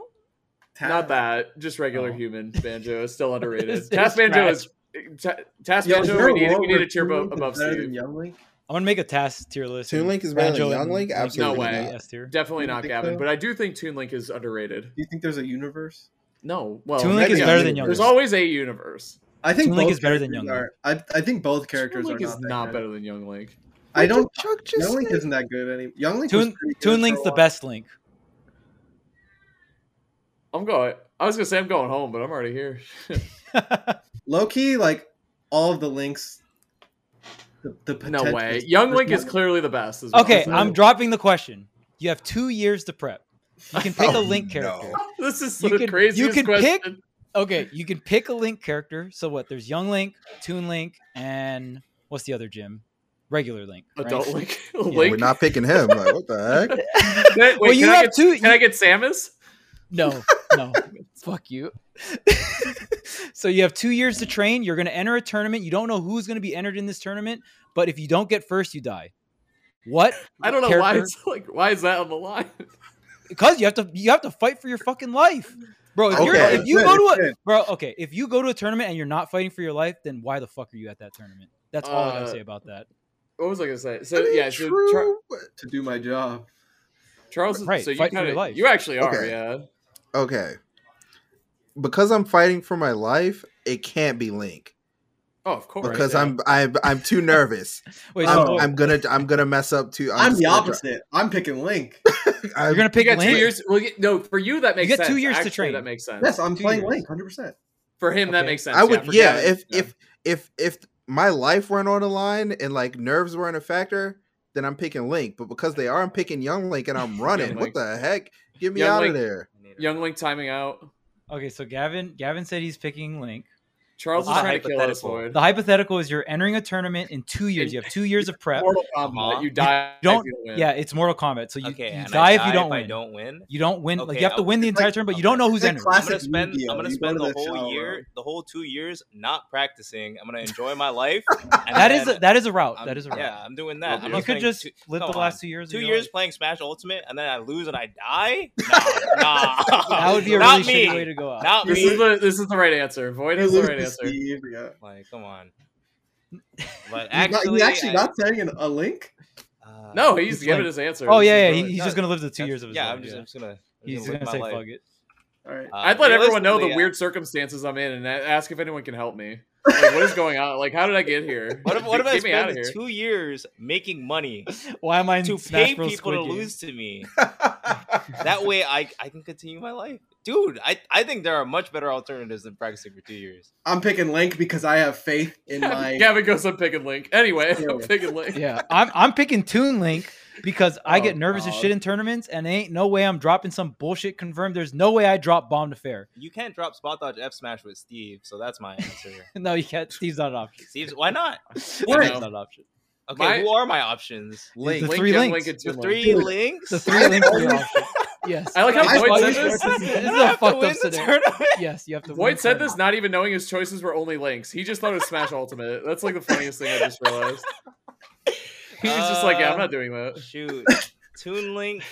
Speaker 1: Tap.
Speaker 4: not that just regular
Speaker 3: Oh.
Speaker 4: human banjo is still underrated.
Speaker 3: It's-
Speaker 4: Task
Speaker 3: it's
Speaker 4: banjo
Speaker 3: trash.
Speaker 4: is eh, Ta- Task
Speaker 1: Yo, is
Speaker 4: Banjo,
Speaker 1: there
Speaker 4: we
Speaker 1: a
Speaker 4: need,
Speaker 1: world
Speaker 4: we
Speaker 1: where
Speaker 4: need a tier
Speaker 1: Toon
Speaker 4: abo-
Speaker 1: Link is
Speaker 4: above
Speaker 1: better than
Speaker 4: Steve.
Speaker 1: Young Link?
Speaker 3: I'm gonna make a task tier list.
Speaker 2: Toon
Speaker 3: and
Speaker 2: Link is better than
Speaker 3: Banjo
Speaker 2: Young
Speaker 3: and
Speaker 2: Link?
Speaker 3: Link are
Speaker 2: Absolutely
Speaker 3: gonna
Speaker 4: No
Speaker 3: be
Speaker 4: way.
Speaker 3: S tier.
Speaker 4: Definitely not
Speaker 1: think
Speaker 4: Gavin,
Speaker 1: so?
Speaker 4: but I do think Toon Link is underrated.
Speaker 1: Do you think there's a universe?
Speaker 4: No, well,
Speaker 3: Toon Link
Speaker 4: maybe
Speaker 3: is
Speaker 4: not.
Speaker 3: better than Young
Speaker 4: There's
Speaker 3: Link.
Speaker 4: always a universe.
Speaker 1: I think
Speaker 3: Toon Link
Speaker 1: both
Speaker 3: is better than
Speaker 1: characters
Speaker 3: Young Link.
Speaker 1: Are, I, I think both characters
Speaker 4: Toon Link
Speaker 1: are
Speaker 4: is
Speaker 1: not, that
Speaker 4: not
Speaker 1: good.
Speaker 4: better than Young Link.
Speaker 1: I don't.
Speaker 2: Chuck just
Speaker 1: Young Link
Speaker 2: said?
Speaker 1: isn't that good anymore. Young Link. was
Speaker 3: Toon,
Speaker 1: pretty good
Speaker 3: Toon
Speaker 1: for
Speaker 3: Link's
Speaker 1: a
Speaker 3: the
Speaker 1: while.
Speaker 3: best Link.
Speaker 4: I'm going. I was gonna say I'm going home, but I'm already here.
Speaker 1: Low key, like all of the links. The, the
Speaker 4: no
Speaker 1: potential
Speaker 4: way. Young Link is clearly the best. is what
Speaker 3: okay,
Speaker 4: saying.
Speaker 3: I'm dropping the question. You have two years to prep. You can pick a
Speaker 2: Oh,
Speaker 3: Link
Speaker 2: no.
Speaker 3: character.
Speaker 4: This is
Speaker 3: You
Speaker 4: the
Speaker 3: can-
Speaker 4: craziest
Speaker 3: you can
Speaker 4: question.
Speaker 3: pick- Okay, you can pick a Link character. So what? There's Young Link, Toon Link, and what's the other Jim? Regular Link. right?
Speaker 4: Adult Link.
Speaker 2: Yeah,
Speaker 4: Link.
Speaker 2: We're not picking him. Like, what the heck?
Speaker 4: Can I- wait,
Speaker 3: well, you
Speaker 4: can, I
Speaker 3: have
Speaker 4: get,
Speaker 3: two.
Speaker 4: can
Speaker 3: you-
Speaker 4: I get Samus?
Speaker 3: No, no. Fuck you. so you have two years to train. You're going to enter a tournament. You don't know who's going to be entered in this tournament, but if you don't get first, you die. What?
Speaker 4: I don't know why
Speaker 3: character-
Speaker 4: it's like why is that on the line?
Speaker 3: Because you have to. You have to fight for your fucking life, bro. If, you're,
Speaker 2: Okay.
Speaker 3: if you
Speaker 1: It's
Speaker 3: go
Speaker 1: good,
Speaker 3: to
Speaker 1: it's
Speaker 3: a
Speaker 1: good.
Speaker 3: bro, okay. If you go to a tournament and you're not fighting for your life, then why the fuck are you at that tournament? That's all I
Speaker 4: Uh,
Speaker 3: gotta say about that.
Speaker 4: What was I gonna say? So
Speaker 2: I mean,
Speaker 4: yeah, so
Speaker 2: true,
Speaker 4: Char-
Speaker 2: but-
Speaker 1: to do my job.
Speaker 4: Charles. is-
Speaker 3: Right,
Speaker 4: so you
Speaker 3: fight for
Speaker 4: kinda,
Speaker 3: your life.
Speaker 4: you actually are.
Speaker 2: Okay.
Speaker 4: Yeah.
Speaker 2: okay. Because I'm fighting for my life, it can't be Link
Speaker 4: Oh, of course.
Speaker 2: because
Speaker 4: yeah.
Speaker 2: I'm I'm I'm too nervous.
Speaker 3: Wait,
Speaker 2: I'm,
Speaker 3: so
Speaker 1: Oh.
Speaker 2: I'm gonna I'm gonna mess up too.
Speaker 1: I'm
Speaker 2: just
Speaker 1: the
Speaker 2: gonna try-
Speaker 1: opposite. I'm picking Link.
Speaker 2: I'm-
Speaker 3: you're gonna
Speaker 4: You
Speaker 3: pick
Speaker 4: got two
Speaker 3: Link.
Speaker 4: years. Well, you, no, for you that makes
Speaker 3: got two
Speaker 4: sense.
Speaker 3: years to
Speaker 4: Actually,
Speaker 3: train.
Speaker 4: That makes sense.
Speaker 1: Yes, I'm
Speaker 3: Two
Speaker 1: playing
Speaker 3: years.
Speaker 1: Link 100. percent
Speaker 4: For him, that
Speaker 3: Okay.
Speaker 4: makes sense.
Speaker 2: I would
Speaker 4: for
Speaker 2: yeah,
Speaker 4: Gavin,
Speaker 2: if if if if my life weren't on the line and like nerves weren't a factor, then I'm picking Link. But because they are, I'm picking Young Link and I'm running. what
Speaker 4: Link.
Speaker 2: the heck? Get me
Speaker 4: Young
Speaker 2: out
Speaker 4: Link.
Speaker 2: of there.
Speaker 4: Young Link timing out.
Speaker 3: Okay, so Gavin. Gavin said he's picking Link.
Speaker 4: Charles is
Speaker 3: This is
Speaker 4: trying to kill us,
Speaker 5: hypothetical.
Speaker 4: Lloyd.
Speaker 3: The hypothetical is you're entering a tournament in two years. You have two years of prep.
Speaker 4: Mortal Kombat. You die.
Speaker 3: You don't-
Speaker 4: if don't win.
Speaker 3: Yeah, it's Mortal Kombat. So you,
Speaker 5: okay,
Speaker 3: you
Speaker 5: and
Speaker 3: die,
Speaker 5: I
Speaker 3: if you don't
Speaker 5: if
Speaker 3: win.
Speaker 5: I don't win.
Speaker 3: You don't win. like
Speaker 5: Okay,
Speaker 3: you have to
Speaker 5: I'll-
Speaker 3: win the
Speaker 1: it's
Speaker 3: entire
Speaker 1: like-
Speaker 3: turn, but you
Speaker 5: okay.
Speaker 3: don't know
Speaker 1: It's
Speaker 3: who's
Speaker 1: like
Speaker 3: entering.
Speaker 5: I'm
Speaker 1: Classic
Speaker 5: gonna spend.
Speaker 1: Yu-Gi-Oh.
Speaker 5: I'm gonna
Speaker 1: You go
Speaker 5: spend
Speaker 1: to
Speaker 5: the
Speaker 1: the
Speaker 5: whole
Speaker 1: shower.
Speaker 5: year, the whole two years, not practicing. I'm gonna enjoy my life. and
Speaker 3: That is a,
Speaker 5: then
Speaker 3: that is a route.
Speaker 5: I'm-
Speaker 3: that is a route.
Speaker 5: Um, Yeah, I'm doing
Speaker 4: Okay.
Speaker 5: that. I'm
Speaker 3: you
Speaker 5: not
Speaker 3: could
Speaker 5: spending
Speaker 3: just
Speaker 5: two,
Speaker 3: live the
Speaker 5: come
Speaker 3: last
Speaker 5: on.
Speaker 3: two years. of
Speaker 5: two
Speaker 3: your
Speaker 5: years
Speaker 3: life.
Speaker 5: playing Smash Ultimate, and then I lose and I die. Nah, nah.
Speaker 3: That would be a
Speaker 5: not
Speaker 3: really
Speaker 5: me.
Speaker 3: shitty way to go out.
Speaker 5: Not
Speaker 4: This
Speaker 5: me.
Speaker 4: is the this is the right answer. Void is the right answer.
Speaker 1: Steve, yeah.
Speaker 5: Like, come on. But
Speaker 1: He's not-
Speaker 5: actually,
Speaker 1: he's actually
Speaker 5: I-
Speaker 1: not saying an- a link.
Speaker 5: uh,
Speaker 4: No, he's
Speaker 3: It's
Speaker 4: giving
Speaker 3: like-
Speaker 4: his answer.
Speaker 3: oh
Speaker 4: This
Speaker 3: yeah, yeah.
Speaker 4: is
Speaker 3: he-
Speaker 4: really-
Speaker 3: he's just gonna live the two years of his
Speaker 5: yeah,
Speaker 3: life.
Speaker 5: I'm just,
Speaker 3: yeah.
Speaker 5: I'm just gonna. I'm
Speaker 3: He's
Speaker 5: live
Speaker 3: gonna
Speaker 5: my
Speaker 3: say
Speaker 5: life. Uh,
Speaker 3: fuck it.
Speaker 1: All right.
Speaker 4: I'd let everyone know the
Speaker 5: Realistically, I-
Speaker 4: weird circumstances I'm in and a- ask if anyone can help me. Like, what is going on? Like, how did I get here?
Speaker 5: What if, what if I
Speaker 4: Get me out of
Speaker 5: spend
Speaker 4: here.
Speaker 5: two years making money
Speaker 3: Why am I in
Speaker 5: to
Speaker 3: Smash
Speaker 5: pay
Speaker 3: Bros.
Speaker 5: people to
Speaker 3: Squid Game?
Speaker 5: lose to me? That way, I, I can continue my life, dude. I, I think there are much better alternatives than practicing for two years.
Speaker 1: I'm picking Link because I have faith in my.
Speaker 4: Gavin goes, I'm picking Link. Anyway, I'm
Speaker 1: Yeah.
Speaker 4: picking Link.
Speaker 3: Yeah, I'm I'm picking Toon Link because I
Speaker 4: Oh,
Speaker 3: get nervous as
Speaker 4: God.
Speaker 3: shit in tournaments, and ain't no way I'm dropping some bullshit confirmed. There's no way I drop Bomb to Fair.
Speaker 5: You can't drop spot dodge F smash with Steve, so that's my answer.
Speaker 3: No, you can't. Steve's not an option.
Speaker 5: Steve's why not?
Speaker 3: Steve's
Speaker 4: No.
Speaker 3: not an option.
Speaker 5: Okay,
Speaker 4: My-
Speaker 5: who are my options?
Speaker 3: The
Speaker 2: Link.
Speaker 3: three
Speaker 4: Young
Speaker 3: links.
Speaker 4: and two
Speaker 5: The
Speaker 4: Link.
Speaker 5: three
Speaker 1: Dude,
Speaker 5: links.
Speaker 3: The three links are your option. Yes.
Speaker 4: I like how
Speaker 1: I
Speaker 4: Void
Speaker 1: thought
Speaker 4: said
Speaker 1: you
Speaker 4: this.
Speaker 1: said
Speaker 3: this is
Speaker 5: I
Speaker 3: a
Speaker 5: have to
Speaker 3: fucked up
Speaker 5: win the
Speaker 3: scenario.
Speaker 5: tournament.
Speaker 3: Yes, you have to. win
Speaker 4: Void said
Speaker 3: tournament.
Speaker 4: this not even knowing his choices were only links. He just thought it was Smash Ultimate. That's like the funniest thing I just realized. He was just like, yeah, I'm
Speaker 5: Uh,
Speaker 1: Um,
Speaker 4: not doing that.
Speaker 5: Shoot, Toon Link.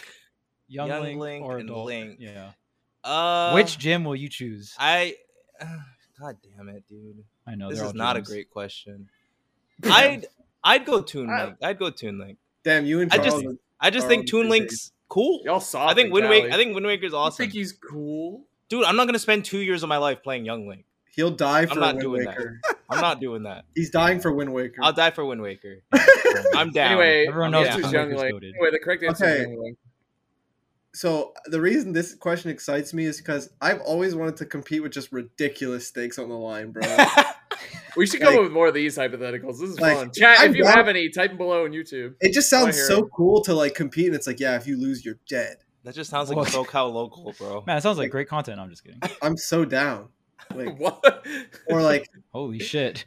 Speaker 3: Young,
Speaker 5: Young
Speaker 3: Link,
Speaker 5: Link
Speaker 3: or
Speaker 5: and
Speaker 3: adult.
Speaker 5: Link.
Speaker 3: Yeah.
Speaker 5: Uh,
Speaker 3: Which gym will you choose? I,
Speaker 5: I. God damn it, dude.
Speaker 3: know
Speaker 5: this
Speaker 3: they're
Speaker 5: is
Speaker 3: all
Speaker 5: not a
Speaker 3: gyms.
Speaker 5: great question. I'd I'd go Toon
Speaker 4: I-
Speaker 5: Link. I'd go Toon Link.
Speaker 1: Damn, you and
Speaker 5: I
Speaker 1: Charles.
Speaker 5: just-
Speaker 1: are-
Speaker 5: I just
Speaker 1: Are on
Speaker 5: think
Speaker 1: the
Speaker 5: Toon
Speaker 1: same
Speaker 5: Link's cool.
Speaker 4: Y'all saw.
Speaker 5: I think Wind Waker. I think Wind Waker's awesome.
Speaker 4: think he's cool.
Speaker 5: Dude, I'm not gonna spend two years of my life playing Young Link.
Speaker 1: he'll die for
Speaker 5: not
Speaker 1: Wind
Speaker 5: doing that.
Speaker 1: Waker.
Speaker 5: I'm not doing that.
Speaker 1: He's dying for Wind Waker.
Speaker 5: I'll die for Wind Waker. I'm down.
Speaker 4: Anyway,
Speaker 3: Everyone
Speaker 4: everyone
Speaker 5: knows
Speaker 4: knows
Speaker 5: Toon
Speaker 4: Young
Speaker 3: Link Oh, is
Speaker 4: Link.
Speaker 3: goated.
Speaker 4: Anyway, the correct answer
Speaker 1: Okay.
Speaker 4: is Young Link.
Speaker 1: So uh, the reason this question excites me is because I've always wanted to compete with just ridiculous stakes on the line, bro.
Speaker 4: We should
Speaker 1: Like-
Speaker 4: go with more of these hypotheticals. This is
Speaker 1: Like,
Speaker 4: fun. Chat,
Speaker 1: I'm
Speaker 4: if you
Speaker 1: down-
Speaker 4: have any, type them below on YouTube.
Speaker 1: it just
Speaker 4: I
Speaker 1: sounds
Speaker 4: hear
Speaker 1: so
Speaker 4: it.
Speaker 1: cool to like compete, and it's like, yeah, if you lose, you're dead.
Speaker 5: That just sounds like a
Speaker 3: Look.
Speaker 5: SoCal local, bro.
Speaker 3: Man, it sounds like great content. I'm just kidding.
Speaker 1: I'm so down. Like,
Speaker 4: What?
Speaker 1: or like,
Speaker 3: Holy shit.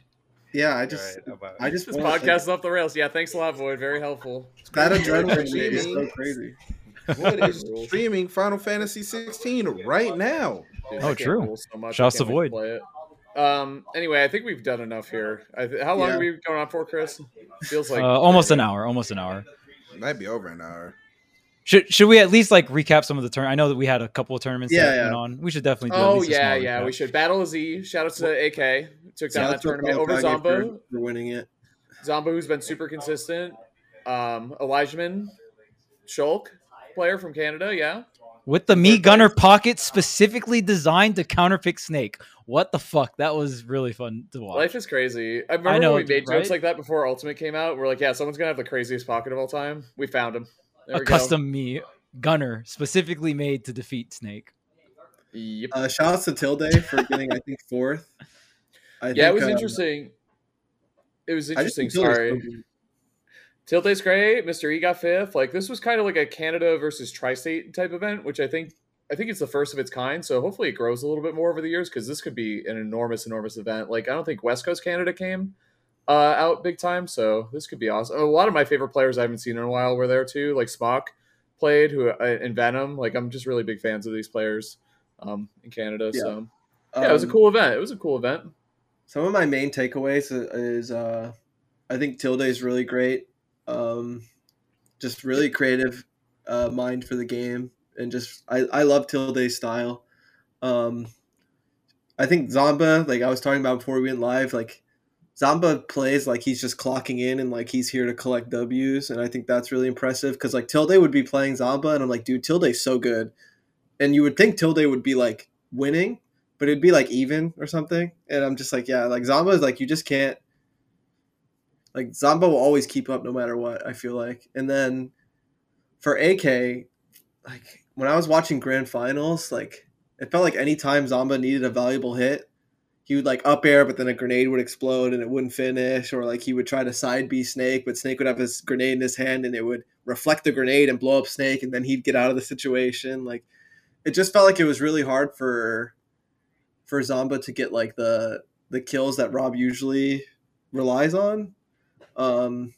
Speaker 1: yeah, I
Speaker 5: You're
Speaker 1: just,
Speaker 5: right about
Speaker 1: I
Speaker 5: it.
Speaker 1: just
Speaker 4: This
Speaker 1: want, like,
Speaker 4: podcast is off the rails. Yeah, thanks a lot, Void. Very helpful.
Speaker 1: that
Speaker 2: Great
Speaker 1: adrenaline
Speaker 2: question,
Speaker 1: is so
Speaker 2: man.
Speaker 1: crazy.
Speaker 2: What is streaming Final Fantasy 16 right now?
Speaker 4: Dude,
Speaker 3: Oh,
Speaker 4: I can't
Speaker 3: true.
Speaker 4: rule So much. I
Speaker 3: Shouts
Speaker 4: can't
Speaker 3: to
Speaker 4: wait
Speaker 3: Void.
Speaker 4: play it. Um. Anyway, I think we've done enough here. I th- how long
Speaker 1: Yeah.
Speaker 4: are we going on for, Chris? Feels like
Speaker 3: uh, almost an hour. Almost an hour.
Speaker 2: Might be over an hour.
Speaker 3: Should should we at least like recap some of the turn? I know that we had a couple of tournaments that
Speaker 1: Yeah,
Speaker 3: went
Speaker 1: yeah.
Speaker 3: on. We should definitely. Do at
Speaker 4: Oh
Speaker 3: least a
Speaker 4: yeah,
Speaker 3: small
Speaker 4: yeah,
Speaker 3: recap.
Speaker 4: we should. Battle of Z. Shout out to AK.
Speaker 1: Shout
Speaker 4: Took down that
Speaker 1: out to
Speaker 4: tournament over
Speaker 1: Apollo Kage
Speaker 4: Zombo.
Speaker 1: for, for winning it.
Speaker 4: Zombo, who's been super consistent. Um, Elijahman, Shulk, player from Canada. Yeah,
Speaker 3: with the me
Speaker 4: Perfect.
Speaker 3: gunner pocket specifically designed to counterpick snake. What the fuck? That was really fun to watch.
Speaker 4: life is crazy. I remember
Speaker 3: know,
Speaker 4: when we made jokes
Speaker 3: right?
Speaker 4: like that before Ultimate came out. We're like, yeah, someone's gonna have the craziest pocket of all time. We found him. There
Speaker 3: a
Speaker 4: we
Speaker 3: custom me gunner specifically made to defeat snake.
Speaker 4: Go. Yep.
Speaker 1: Uh, shout out to Tilde for getting, I think, fourth. I
Speaker 4: yeah, it
Speaker 1: think,
Speaker 4: was
Speaker 1: uh,
Speaker 4: interesting. It was
Speaker 1: I just
Speaker 4: interesting.
Speaker 1: think Tilde's
Speaker 4: Sorry.
Speaker 1: so good.
Speaker 4: Tilde's great. Mr. E got fifth. Like this was kind of like a Canada versus tri-state type event, which I think I think it's the first of its kind. So hopefully it grows a little bit more over the years because this could be an enormous, enormous event. Like I don't think West Coast Canada came uh, out big time, so this could be awesome. A lot of my favorite players I haven't seen in a while were there too. Like Spock played, who uh, and Venom. Like I'm just really big fans of these players um, in Canada.
Speaker 1: Yeah.
Speaker 4: So yeah, it was a
Speaker 1: Um,
Speaker 4: cool event. It was a cool event.
Speaker 1: Some of my main takeaways i- is uh, I think Tilde is really great. Um, just really creative uh, mind for the game, and just I, I love Tilde's style. Um, I think Zamba, like I was talking about before we went live, like Zamba plays like he's just clocking in and like he's here to collect W's, and I think that's really impressive because like Tilde would be playing Zamba, and I'm like, dude, Tilde's so good, and you would think Tilde would be like winning, but it'd be like even or something. And I'm just like, yeah, like Zamba is like you just can't like Zamba will always keep up no matter what, I feel like. And then for AK, like when I was watching grand finals, like it felt like any time Zamba needed a valuable hit, he would like up air, but then a grenade would explode and it wouldn't finish, or like he would try to side B Snake, but Snake would have his grenade in his hand and it would reflect the grenade and blow up Snake, and then he'd get out of the situation. Like it just felt like it was really hard for for Zamba to get like the the kills that Rob usually relies on. Um,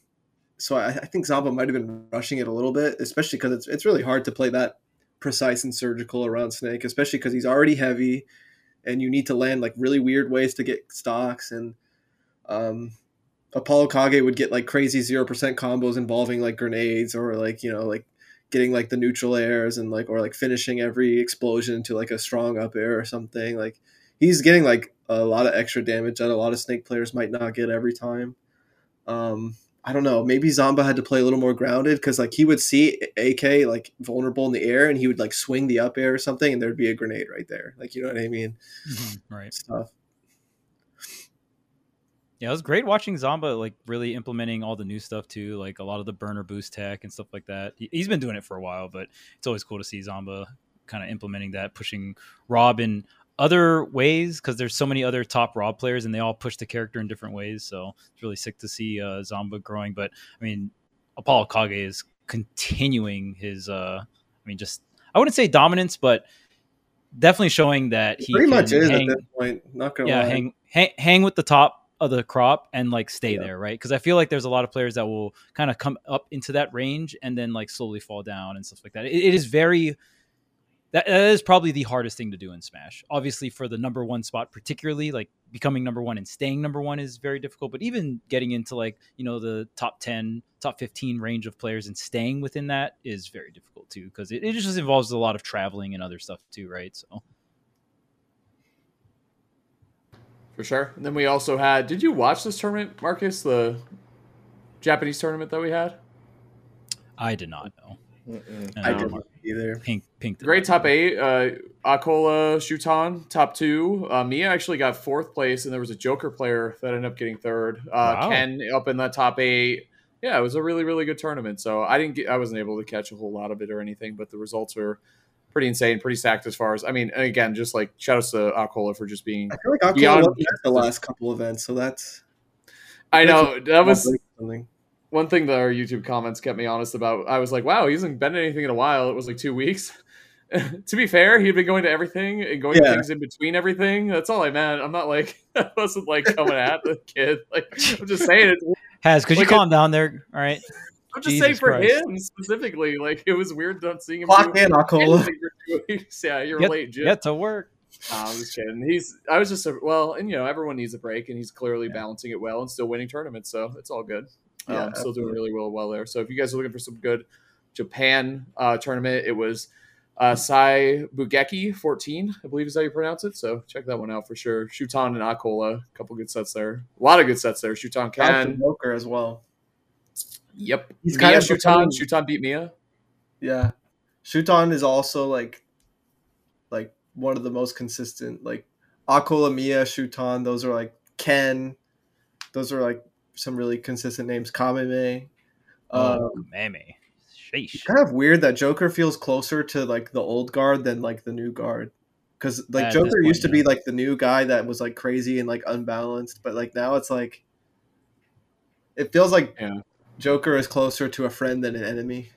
Speaker 1: so I, I think Zamba might have been rushing it a little bit, especially because it's it's really hard to play that precise and surgical around Snake, especially because he's already heavy, and you need to land like really weird ways to get stocks and. Um, Apollo Kage would get like crazy zero percent combos involving like grenades or like you know like getting like the neutral airs and like or like finishing every explosion to like a strong up air or something like he's getting like a lot of extra damage that a lot of snake players might not get every time. Um, I don't know. Maybe Zamba had to play a little more grounded because like he would see AK like vulnerable in the air and he would like swing the up air or something and there'd be a grenade right there. Like you know what I mean?
Speaker 3: Mhm, right.
Speaker 1: Stuff.
Speaker 3: Yeah, it was great watching Zomba like really implementing all the new stuff too, like a lot of the burner boost tech and stuff like that. He- He's been doing it for a while, but it's always cool to see Zomba kind of implementing that, pushing Rob in other ways because there's so many other top Rob players and they all push the character in different ways. So it's really sick to see uh, Zomba growing. But I mean, Apollo Kage is continuing his, uh I mean, just I wouldn't say dominance, but definitely showing that he
Speaker 1: Pretty
Speaker 3: can
Speaker 1: much is
Speaker 3: hang-
Speaker 1: at this point. Not gonna
Speaker 3: yeah
Speaker 1: lie.
Speaker 3: hang, hang hang with the top of the crop and like stay
Speaker 1: Yeah.
Speaker 3: there right because i feel like there's a lot of players that will kind of come up into that range and then like slowly fall down and stuff like that it, it is very that, that is probably the hardest thing to do in smash obviously for the number one spot particularly like becoming number one and staying number one is very difficult but even getting into like you know the top 10 top 15 range of players and staying within that is very difficult too because it, it just involves a lot of traveling and other stuff too right so
Speaker 4: For sure. And then we also had. Did you watch this tournament, Marcus? The Japanese tournament that we had.
Speaker 3: i did not know
Speaker 2: Mm-mm.
Speaker 3: And,
Speaker 1: I
Speaker 3: um,
Speaker 1: didn't either.
Speaker 3: pink pink
Speaker 4: Great top eight. Uh, Akola Shutan, top two. Uh, Mia actually got fourth place, and there was a Joker player that ended up getting third. Uh,
Speaker 3: Wow.
Speaker 4: Ken up in the top eight. Yeah, it was a really really good tournament. So I didn't get, I wasn't able to catch a whole lot of it or anything, but the results were pretty insane, pretty stacked as far as I mean. and Again, just like shout outs to Akola for just being.
Speaker 1: I feel like Akko
Speaker 4: Beyond-
Speaker 1: wasn't at the last couple events, so that's
Speaker 4: I know that was
Speaker 1: something.
Speaker 4: one thing that our YouTube comments kept me honest about, I was like, wow, he hasn't been to anything in a while. It was like two weeks. to be fair, he'd been going to everything and going to
Speaker 1: Yeah.
Speaker 4: things in between everything. That's all I meant. I'm not like, I wasn't like coming at the kid. Like, I'm just saying it.
Speaker 3: Has, could you
Speaker 4: Like,
Speaker 3: calm down there? All right.
Speaker 4: I'm just
Speaker 3: Jesus
Speaker 4: saying for
Speaker 3: Christ.
Speaker 4: him specifically, like, it was weird not seeing him.
Speaker 1: Clock
Speaker 4: do
Speaker 1: in, Akko.
Speaker 4: anything for two weeks. Yeah, you're
Speaker 3: Yep,
Speaker 4: late, Jim.
Speaker 3: Get to work.
Speaker 4: Nah, I'm just kidding. He's, I was just, a, well, and you know, everyone needs a break, and he's clearly balancing it well and still winning tournaments, so it's all good.
Speaker 1: Yeah,
Speaker 4: um, still doing
Speaker 1: absolutely.
Speaker 4: really well, well there. So if you guys are looking for some good Japan uh, tournament. It was uh, Sai Bugeki 14, I believe is how you pronounce it. So check that one out for sure. Shutan and Akola, a couple good sets there. A lot of good sets there. Shutan
Speaker 1: Jonathan
Speaker 4: can.
Speaker 1: Joker as well.
Speaker 4: Yep.
Speaker 1: He's
Speaker 4: Mia
Speaker 1: kind of
Speaker 4: Shutan.
Speaker 1: becoming-
Speaker 4: Shutan beat Mia.
Speaker 1: Yeah, Shuton is also like, like one of the most consistent. Like Akola, Mia, Shuton, those are like Ken. Those are like some really consistent names. Kameme. Uh,
Speaker 3: Oh, Mammy. Sheesh.
Speaker 1: kind of weird that Joker feels closer to like the old guard than like the new guard. Because like
Speaker 3: At this
Speaker 1: Joker
Speaker 3: point,
Speaker 1: used to
Speaker 3: yeah.
Speaker 1: be like the new guy that was like crazy and like unbalanced, but like now it's like it feels like
Speaker 4: Yeah.
Speaker 1: Joker is closer to a friend than an enemy.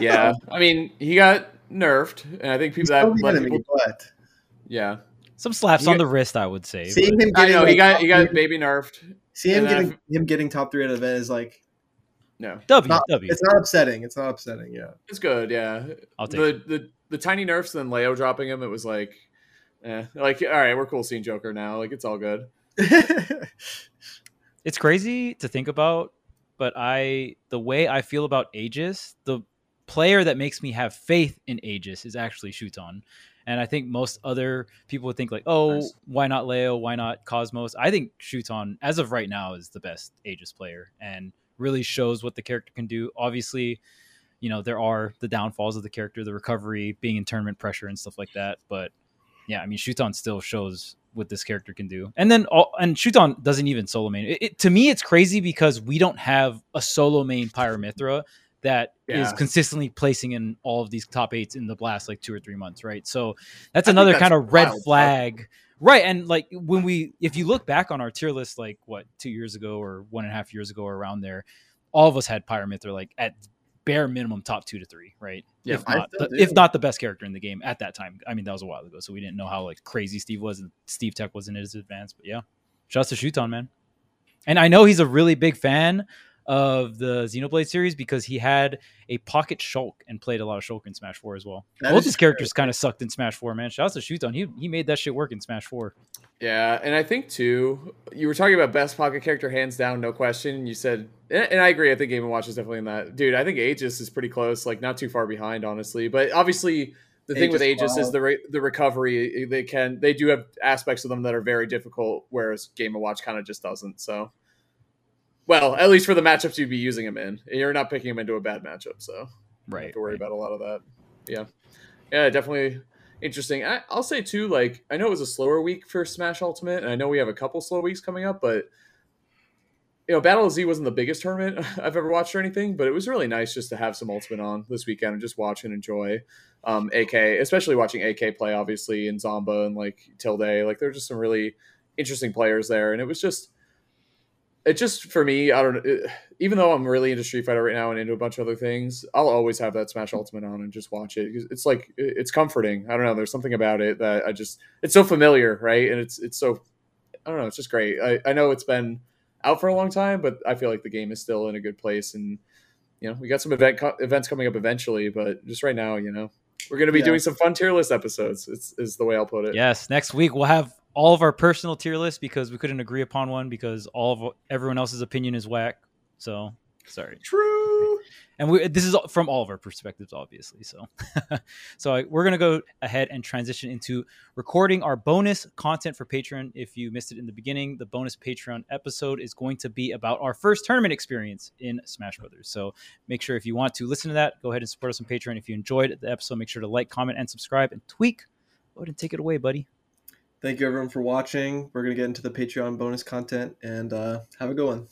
Speaker 4: Yeah. I mean, he got nerfed. And I think people that
Speaker 1: Still the
Speaker 4: let
Speaker 1: enemy,
Speaker 4: people,
Speaker 1: but
Speaker 4: yeah.
Speaker 3: Some slaps
Speaker 4: You
Speaker 3: on
Speaker 4: got-
Speaker 3: the wrist, I would say.
Speaker 1: seeing
Speaker 3: but-
Speaker 1: him
Speaker 4: I
Speaker 1: getting
Speaker 4: know. He
Speaker 1: like,
Speaker 4: got
Speaker 1: top
Speaker 4: he got
Speaker 1: three-
Speaker 4: baby nerfed.
Speaker 1: see him
Speaker 4: and then
Speaker 1: getting him getting top three at an event is like
Speaker 4: No.
Speaker 3: W,
Speaker 1: not-
Speaker 3: W.
Speaker 1: it's not upsetting. It's not upsetting. Yeah,
Speaker 4: It's good, yeah.
Speaker 3: I'll take
Speaker 4: the, the the tiny nerfs and then Leo dropping him, it was like eh, like all right, we're cool seeing Joker now. Like it's all good.
Speaker 3: it's crazy to think about, but I the way I feel about Aegis, the player that makes me have faith in Aegis is actually Shuton. And I think most other people would think like, oh,
Speaker 4: Nice.
Speaker 3: why not Leo? Why not Cosmos? I think Shuton, as of right now, is the best Aegis player and really shows what the character can do. Obviously, you know, there are the downfalls of the character, the recovery, being in tournament pressure and stuff like that. But yeah, I mean, Shuton still shows what this character can do. And then, all, and Shuton doesn't even solo main. It, it- to me, it's crazy because we don't have a solo main Pyramithra that is
Speaker 4: Yeah.
Speaker 3: consistently placing in all of these top eights in the blast like two or three months, right? So that's
Speaker 4: I think
Speaker 3: another
Speaker 4: that's
Speaker 3: kind of red
Speaker 4: wild, bro.
Speaker 3: flag. Right. And like when we, if you look back on our tier list, like what, two years ago or one and a half years ago or around there, all of us had Pyramithra like at bare minimum top two to three, right?
Speaker 4: Yeah,
Speaker 3: if
Speaker 1: I
Speaker 3: not,
Speaker 1: still
Speaker 3: the,
Speaker 1: do.
Speaker 3: if not the best character in the game at that time. I mean, that was a while ago, so we didn't know how like crazy Steve was and Steve Tech wasn't as advanced. But yeah, shouts to Shuton, man. And I know he's a really big fan of the Xenoblade series because he had a pocket Shulk and played a lot of Shulk in Smash Four as well.
Speaker 1: That
Speaker 3: Both
Speaker 1: is
Speaker 3: his characters kind of sucked in Smash Four, man. Shouts to Shuton, he he made that shit work in Smash Four.
Speaker 4: Yeah, and I think too, you were talking about best pocket character hands down, no question. And you said, and and I agree. I think Game and Watch is definitely in that. Dude, I think Aegis is pretty close, like not too far behind, honestly. But obviously, the thing with
Speaker 1: Aegis
Speaker 4: Aegis is
Speaker 1: Wild.
Speaker 4: the re- the recovery. eh, They can they do have aspects of them that are very difficult, whereas Game and Watch kind of just doesn't. So, well, at least for the matchups you'd be using him in, you're not picking him into a bad matchup. So don't have to worry about a lot of that. Yeah, yeah, definitely interesting. I, I'll say too, like I know it was a slower week for Smash Ultimate, and I know we have a couple slow weeks coming up, but you know, Battle of Z wasn't the biggest tournament I've ever watched or anything, but it was really nice just to have some Ultimate on this weekend and just watch and enjoy. Um, AK, especially watching AK play, obviously, and Zomba and like Tilde, like there are just some really interesting players there, and it was just. It just for me, I don't. It, even though I'm really into Street Fighter right now and into a bunch of other things, I'll always have that Smash Ultimate on and just watch it. 'Cause It's like it- it's comforting. I don't know. There's something about it that I just it's so familiar, right? And it's it's so I don't know. It's just great. I, I know it's been out for a long time, but I feel like the game is still in a good place. And you know, we got some event co- events coming up eventually, but just right now, you know, we're gonna be
Speaker 1: Yeah.
Speaker 4: doing some fun tier list episodes. It's is the way I'll put it.
Speaker 3: Yes, next week we'll have all of our personal tier lists because we couldn't agree upon one because all of everyone else's opinion is whack. So sorry,
Speaker 4: True.
Speaker 3: and we this is from all of our perspectives, obviously. So, so I, we're gonna go ahead and transition into recording our bonus content for Patreon. If you missed it in the beginning, the bonus Patreon episode is going to be about our first tournament experience in Smash Brothers. So make sure if you want to listen to that, go ahead and support us on Patreon. If you enjoyed the episode, make sure to like, comment, and subscribe, and tweak. Go ahead and take it away, buddy.
Speaker 1: Thank you everyone for watching. We're gonna get into the Patreon bonus content and uh, have a good one.